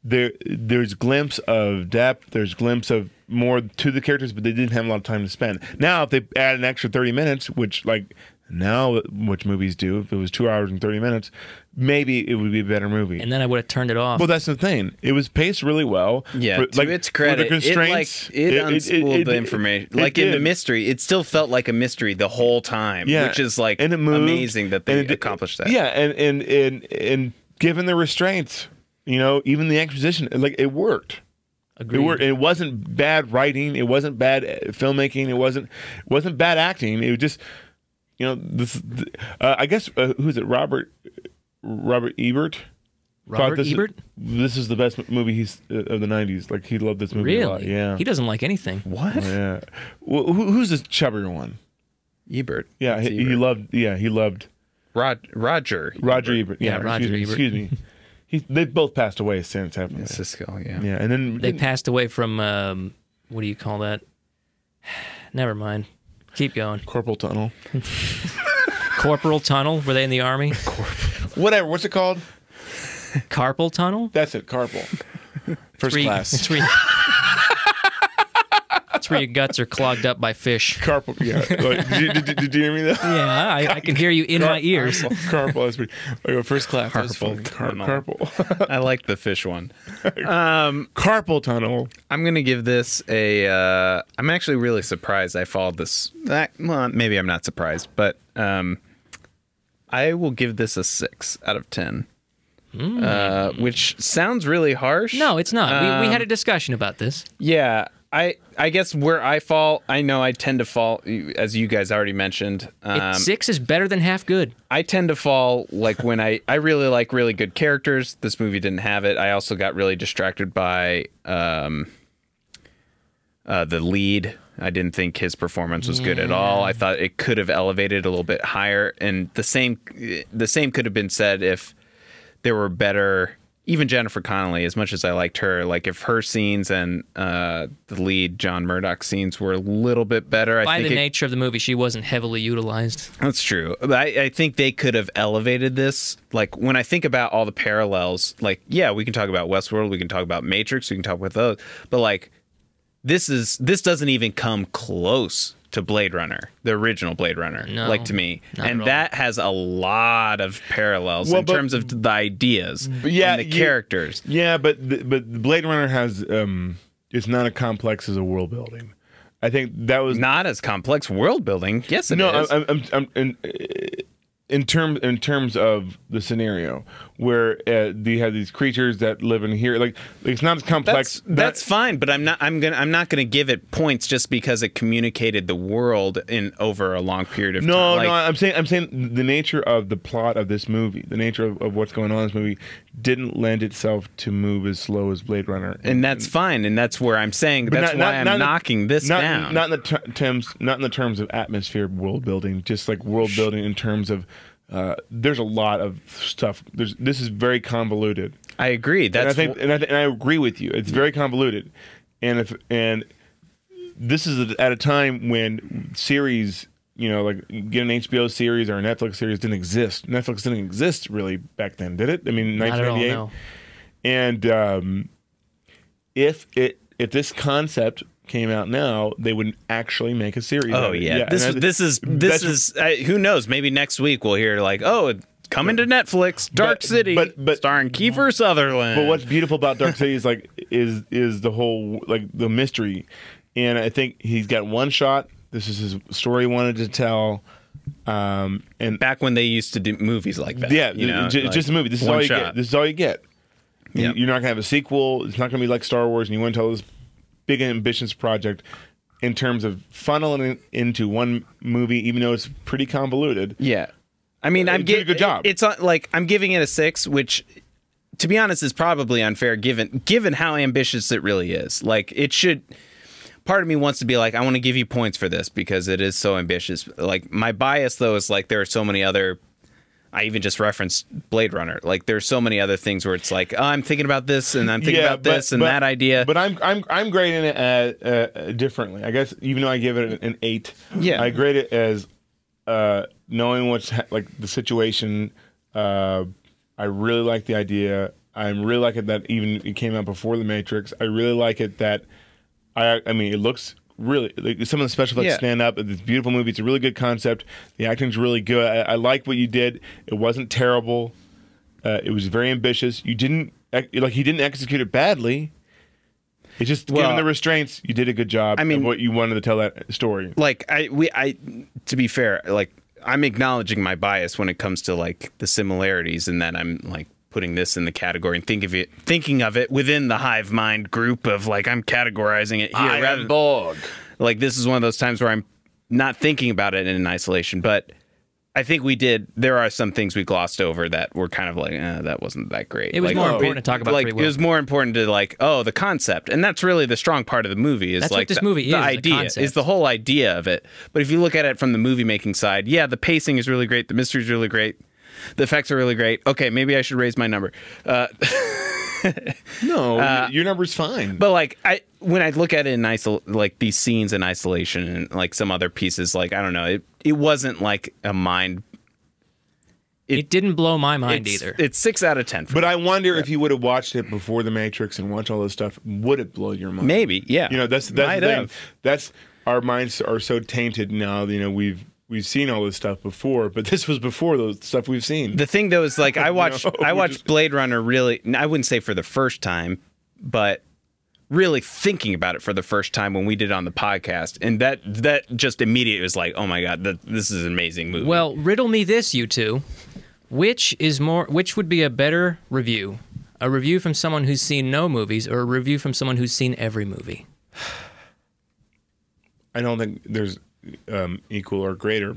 [SPEAKER 5] there. There's glimpse of depth. There's glimpse of more to the characters, but they didn't have a lot of time to spend. Now, if they add an extra 30 minutes, which like now, which movies do, if it was two hours and 30 minutes, maybe it would be a better movie.
[SPEAKER 4] And then I would have turned it off.
[SPEAKER 5] Well, that's the thing. It was paced really well.
[SPEAKER 3] Yeah,
[SPEAKER 5] For-
[SPEAKER 3] to its credit,
[SPEAKER 5] for the
[SPEAKER 3] it like
[SPEAKER 5] constraints,
[SPEAKER 3] it, unspooled
[SPEAKER 5] it-
[SPEAKER 3] the
[SPEAKER 5] it-
[SPEAKER 3] information.
[SPEAKER 5] it
[SPEAKER 3] Like in the
[SPEAKER 5] did.
[SPEAKER 3] mystery, it still felt like a mystery the whole time,
[SPEAKER 5] Yeah,
[SPEAKER 3] which is like
[SPEAKER 5] and it moved,
[SPEAKER 3] amazing that they
[SPEAKER 5] and it-
[SPEAKER 3] accomplished that.
[SPEAKER 5] Yeah, and and and and given the restraints, you know, even the exposition, like it worked. It,
[SPEAKER 4] Agreed.
[SPEAKER 5] were, it wasn't bad writing. It wasn't bad uh, filmmaking. It wasn't it wasn't bad acting. It was just, you know, this. th- Uh, I guess uh, who's it? Robert Robert Ebert. thought
[SPEAKER 4] Robert
[SPEAKER 5] this,
[SPEAKER 4] Ebert?
[SPEAKER 5] This is the best movie he's uh, of the '90s. Like he loved this movie a lot.
[SPEAKER 4] Really?
[SPEAKER 5] Yeah.
[SPEAKER 4] He doesn't like anything.
[SPEAKER 3] What?
[SPEAKER 5] yeah. Well, who, who's the chubbier one?
[SPEAKER 3] Ebert.
[SPEAKER 5] Yeah,
[SPEAKER 3] It's
[SPEAKER 5] he, he
[SPEAKER 3] Ebert.
[SPEAKER 5] loved. Yeah, he loved.
[SPEAKER 3] Rod- Roger.
[SPEAKER 5] Roger Ebert.
[SPEAKER 4] Yeah, Roger
[SPEAKER 5] excuse,
[SPEAKER 4] Ebert.
[SPEAKER 5] Excuse me. He, they both passed away since, haven't they?
[SPEAKER 3] Siskel. Yeah.
[SPEAKER 5] Yeah, and then
[SPEAKER 4] They passed away from um, what do you call that? <sighs> Never mind. Keep going.
[SPEAKER 5] Corporal Tunnel.
[SPEAKER 4] Corporal tunnel. Were they in the
[SPEAKER 5] <laughs>
[SPEAKER 4] army?
[SPEAKER 7] whatever what's it called
[SPEAKER 4] Carpal tunnel.
[SPEAKER 7] that's it carpal
[SPEAKER 6] First
[SPEAKER 4] Three-
[SPEAKER 6] class.
[SPEAKER 4] It's where, <laughs> it's where your guts are clogged up by fish.
[SPEAKER 5] Carpal. Yeah. Like, did, you- did, you- did you hear me? Though? <laughs>
[SPEAKER 4] Yeah, I, I can hear you in my ears.
[SPEAKER 5] Carpal. That's pretty. I go first class. that's
[SPEAKER 3] Carpal
[SPEAKER 5] funny. Car-
[SPEAKER 3] tunnel.
[SPEAKER 5] carpal.
[SPEAKER 3] <laughs> I like the fish one.
[SPEAKER 5] carpal tunnel.
[SPEAKER 3] I'm gonna give this a. Uh, I'm actually really surprised I followed this. That well, maybe I'm not surprised, but um, I will give this a six out of ten, uh, which sounds really harsh.
[SPEAKER 4] Hmm. No, it's not. we,
[SPEAKER 3] Um,
[SPEAKER 4] we had a discussion about this.
[SPEAKER 3] Yeah, I I guess where I fall, I know I tend to fall, as you guys already mentioned.
[SPEAKER 4] It-
[SPEAKER 3] Um,
[SPEAKER 4] six is better than half good.
[SPEAKER 3] I tend to fall like when I I really like really good characters. This movie didn't have it. I also got really distracted by um uh the lead. I didn't think his performance was good at all. I thought it could have elevated a little bit higher and the same the same could have been said if there were better even Jennifer Connelly, as much as I liked her, like if her scenes and uh, the lead John Murdoch scenes were a little bit better, I
[SPEAKER 4] By
[SPEAKER 3] think
[SPEAKER 4] the
[SPEAKER 3] it-
[SPEAKER 4] nature of the movie, she wasn't heavily utilized.
[SPEAKER 3] that's true. But I, I think they could have elevated this. Like when I think about all the parallels, like yeah, we can talk about Westworld, we can talk about Matrix, we can talk about those, but like this is this doesn't even come close to Blade Runner, the original Blade Runner,
[SPEAKER 4] No,
[SPEAKER 3] like to me,
[SPEAKER 4] not
[SPEAKER 3] and
[SPEAKER 4] at all.
[SPEAKER 3] that has a lot of parallels
[SPEAKER 5] Well,
[SPEAKER 3] in
[SPEAKER 5] but-
[SPEAKER 3] terms of the ideas
[SPEAKER 5] yeah,
[SPEAKER 3] and the
[SPEAKER 5] you-
[SPEAKER 3] characters.
[SPEAKER 5] Yeah, but the, but the Blade Runner has um, it's not as complex as a world building. I think that was
[SPEAKER 3] Not as complex world building. Yes, it is.
[SPEAKER 5] no. I'm, I'm, I'm, I'm in, in terms in terms of the scenario where uh, you have these creatures that live in here, like, like it's not as complex.
[SPEAKER 3] that's, that's fine, but I'm not. I'm gonna. I'm not gonna give it points just because it communicated the world in over a long period of
[SPEAKER 5] No,
[SPEAKER 3] time. Like,
[SPEAKER 5] no, I'm saying I'm saying the nature of the plot of this movie, the nature of, of what's going on in this movie, didn't lend itself to move as slow as Blade Runner.
[SPEAKER 3] and that's fine, and that's where I'm saying
[SPEAKER 5] But
[SPEAKER 3] that's
[SPEAKER 5] not-
[SPEAKER 3] why
[SPEAKER 5] not-
[SPEAKER 3] I'm
[SPEAKER 5] not in the-
[SPEAKER 3] knocking this
[SPEAKER 5] not,
[SPEAKER 3] down.
[SPEAKER 5] Not in the ter- terms, not in the terms of atmosphere, world building, just like world building in terms of. Uh, there's a lot of stuff. There's this is very convoluted.
[SPEAKER 3] I agree.
[SPEAKER 5] And I
[SPEAKER 3] That's
[SPEAKER 5] think, and I, th- and I agree with you. It's very convoluted, and if and this is at a time when series, you know, like you get an HBO series or a Netflix series didn't exist. Netflix didn't exist really back then, did it? I mean,
[SPEAKER 4] Not at all.
[SPEAKER 5] 1998
[SPEAKER 4] No.
[SPEAKER 5] and um, if it if this concept came out now, they would actually make a series.
[SPEAKER 3] Oh
[SPEAKER 5] of it.
[SPEAKER 3] yeah, this
[SPEAKER 5] and I-
[SPEAKER 3] this is
[SPEAKER 5] that's-
[SPEAKER 3] this is I, who knows? Maybe next week we'll hear like, oh, it- coming to Netflix, Dark
[SPEAKER 5] But-
[SPEAKER 3] City,
[SPEAKER 5] but- but-
[SPEAKER 3] starring Kiefer Sutherland.
[SPEAKER 5] But what's beautiful about Dark City is like is is the whole like the mystery, and I think he's got one shot. This is his story he wanted to tell, um, and
[SPEAKER 3] back when they used to do movies like that?
[SPEAKER 5] yeah,
[SPEAKER 3] you know,
[SPEAKER 5] ju-
[SPEAKER 3] like,
[SPEAKER 5] just a movie. This is
[SPEAKER 3] one
[SPEAKER 5] all you
[SPEAKER 3] shot.
[SPEAKER 5] get. This is all you get. You-
[SPEAKER 3] Yep.
[SPEAKER 5] You're not gonna have a sequel. It's not gonna be like Star Wars, and you want to tell this big ambitious project in terms of funneling it into one movie, even though it's pretty convoluted.
[SPEAKER 3] Yeah. I mean, I'm
[SPEAKER 5] Uh, did a
[SPEAKER 3] giving
[SPEAKER 5] good job.
[SPEAKER 3] It's on, like I'm giving it a six, which, to be honest, is probably unfair given given how ambitious it really is. Like it should. Part of me wants to be like, I want to give you points for this because it is so ambitious. Like my bias though is like there are so many other. I even just referenced Blade Runner. Like there's so many other things where it's like oh, I'm thinking about this and I'm thinking about
[SPEAKER 5] but-
[SPEAKER 3] this and
[SPEAKER 5] but-
[SPEAKER 3] that idea.
[SPEAKER 5] But I'm I'm I'm grading it uh, uh, differently. I guess even though I give it an eight,
[SPEAKER 3] Yeah.
[SPEAKER 5] I grade it as uh, knowing what's ha- like the situation. Uh, I really like the idea. I really like it that even it came out before the Matrix. I really like it that I I mean it looks really like some of the special effects
[SPEAKER 3] Yeah.
[SPEAKER 5] stand up. It's a beautiful movie. It's a really good concept. The acting's really good. I, I like what you did. It wasn't terrible. Uh, it was very ambitious. You didn't ec- like he didn't execute it badly. It's just
[SPEAKER 3] Well-
[SPEAKER 5] given the restraints, you did a good job. I
[SPEAKER 3] mean-
[SPEAKER 5] of what you wanted to tell that story.
[SPEAKER 3] like I we I to be fair, like I'm acknowledging my bias when it comes to like the similarities and that I'm like putting this in the category and think of it thinking of it within the hive mind group of like I'm categorizing it here rather than- like this is one of those times where I'm not thinking about it in isolation, but I think we did. There are some things we glossed over that were kind of like, eh, that wasn't that great.
[SPEAKER 4] It was
[SPEAKER 3] Like, oh,
[SPEAKER 4] more important to talk about
[SPEAKER 3] Like
[SPEAKER 4] free will.
[SPEAKER 3] it was more important to like, oh, the concept, and that's really the strong part of the movie. Is
[SPEAKER 4] That's what
[SPEAKER 3] like
[SPEAKER 4] this
[SPEAKER 3] the,
[SPEAKER 4] movie is,
[SPEAKER 3] The
[SPEAKER 4] is the
[SPEAKER 3] idea
[SPEAKER 4] concept.
[SPEAKER 3] is the whole idea of it. But if you look at it from the movie making side, yeah, the pacing is really great. The mystery is really great. The effects are really great. Okay, maybe I should raise my number. Uh,
[SPEAKER 5] No, your number's fine.
[SPEAKER 3] but like I when I look at it in isol like these scenes in isolation and like some other pieces, like I don't know, it it wasn't like a mind.
[SPEAKER 4] It, didn't blow my mind
[SPEAKER 3] it's,
[SPEAKER 4] either.
[SPEAKER 3] It's six out of ten. For
[SPEAKER 5] But I wonder if you would have watched it before the Matrix and watched all this stuff, would it blow your mind?
[SPEAKER 3] Maybe, yeah.
[SPEAKER 5] You know, that's that's
[SPEAKER 3] Might
[SPEAKER 5] the thing.
[SPEAKER 3] have.
[SPEAKER 5] That's our minds are so tainted now. You know, we've we've seen all this stuff before, but <laughs> this was before those stuff we've seen.
[SPEAKER 3] The thing though is like
[SPEAKER 5] <laughs>
[SPEAKER 3] I watched
[SPEAKER 5] No,
[SPEAKER 3] I
[SPEAKER 5] we
[SPEAKER 3] watched
[SPEAKER 5] just-
[SPEAKER 3] Blade Runner really I wouldn't say for the first time, but really thinking about it for the first time when we did it on the podcast and that that just immediately was like, "Oh my god, that, this is an amazing movie."
[SPEAKER 4] Well, riddle me this, you two. Which is more which would be a better review? A review from someone who's seen no movies or a review from someone who's seen every movie?
[SPEAKER 5] I don't think there's um, equal or greater.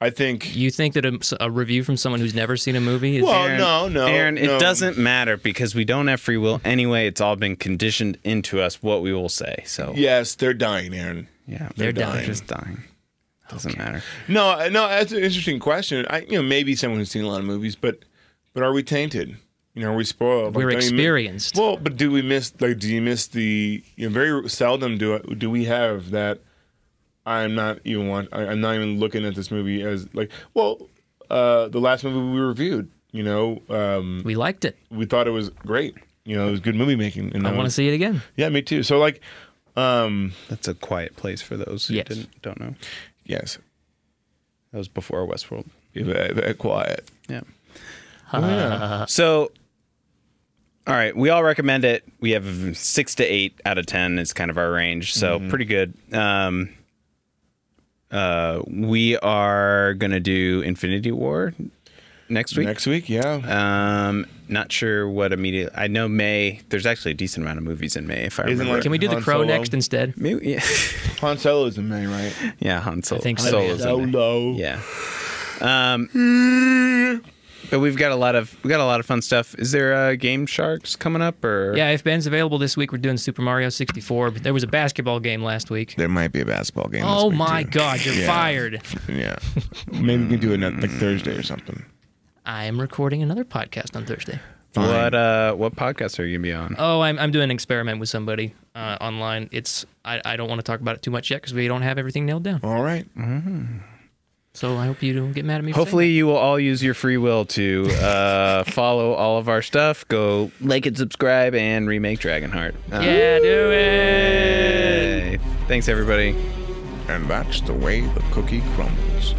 [SPEAKER 5] I think
[SPEAKER 4] You think that a, a review from someone who's never seen a movie is
[SPEAKER 5] Well, no, no,
[SPEAKER 3] Aaron,
[SPEAKER 5] no.
[SPEAKER 3] it doesn't matter because we don't have free will anyway. It's all been conditioned into us what we will say. So
[SPEAKER 5] Yes, they're dying, Aaron.
[SPEAKER 3] Yeah,
[SPEAKER 4] They're dying.
[SPEAKER 3] just dying. Doesn't matter.
[SPEAKER 5] No, I- no, that's an interesting question. I, you know, maybe someone who's seen a lot of movies, but but are we tainted? You know, are we spoiled?
[SPEAKER 4] we're
[SPEAKER 5] don't you mi-
[SPEAKER 4] experienced?
[SPEAKER 5] well, but do we miss? Like, do you miss the? You know, very seldom do I- do we have that. I'm not even want. I, I'm not even looking at this movie as like. Well, uh, the last movie we reviewed, you know, um,
[SPEAKER 4] we liked it.
[SPEAKER 3] um,
[SPEAKER 5] we thought it was great. You know, it was good movie making. And
[SPEAKER 4] I want to see it again.
[SPEAKER 5] Yeah, me too. So like,
[SPEAKER 3] That's a quiet place for those who
[SPEAKER 4] Yes.
[SPEAKER 3] didn't don't know.
[SPEAKER 7] Yes.
[SPEAKER 3] That was before Westworld.
[SPEAKER 7] Be very, very quiet.
[SPEAKER 3] Yeah. <laughs> so, all right, we all recommend it. We have six to eight out of ten is kind of our range, so pretty good. Um, uh, we are gonna do Infinity War next week.
[SPEAKER 7] Next week, yeah.
[SPEAKER 3] Um, not sure what immediate. I know May. There's actually a decent amount of movies in May. If I
[SPEAKER 5] Isn't
[SPEAKER 3] remember,
[SPEAKER 5] like-
[SPEAKER 4] Can we do the
[SPEAKER 5] Han
[SPEAKER 4] crow
[SPEAKER 5] Solo.
[SPEAKER 4] next instead?
[SPEAKER 3] Maybe, yeah, <laughs>
[SPEAKER 7] Han Solo's in May, <laughs> right?
[SPEAKER 3] yeah, Han Solo.
[SPEAKER 4] I think so,
[SPEAKER 3] Solo's
[SPEAKER 4] yeah.
[SPEAKER 3] in May.
[SPEAKER 7] Solo.
[SPEAKER 3] Yeah. Um, but we've got a lot of we got a lot of fun stuff. Is there uh, game sharks coming up or?
[SPEAKER 4] Yeah, if Ben's available this week, we're doing Super Mario 64. But there was a basketball game last week.
[SPEAKER 7] There might be a basketball
[SPEAKER 5] <laughs>
[SPEAKER 7] game.
[SPEAKER 4] Oh
[SPEAKER 7] this week,
[SPEAKER 4] my
[SPEAKER 7] too.
[SPEAKER 4] God, you're
[SPEAKER 7] Yeah.
[SPEAKER 4] fired.
[SPEAKER 7] Yeah. Maybe we can do it on, like Thursday or something.
[SPEAKER 4] I am recording another podcast on Thursday.
[SPEAKER 3] What uh what podcast are you gonna be on?
[SPEAKER 4] Oh, I'm, I'm doing an experiment with somebody uh, online. It's I, I don't want to talk about it too much yet because we don't have everything nailed down.
[SPEAKER 7] All right.
[SPEAKER 4] So I hope you don't get mad at me. for saying
[SPEAKER 3] Hopefully you will all use your free will to uh, <laughs> follow all of our stuff. Go like and subscribe and remake Dragonheart.
[SPEAKER 4] that.
[SPEAKER 3] Uh,
[SPEAKER 4] yeah, do
[SPEAKER 3] hey,
[SPEAKER 4] it.
[SPEAKER 3] Thanks everybody.
[SPEAKER 7] And that's the way the cookie crumbles.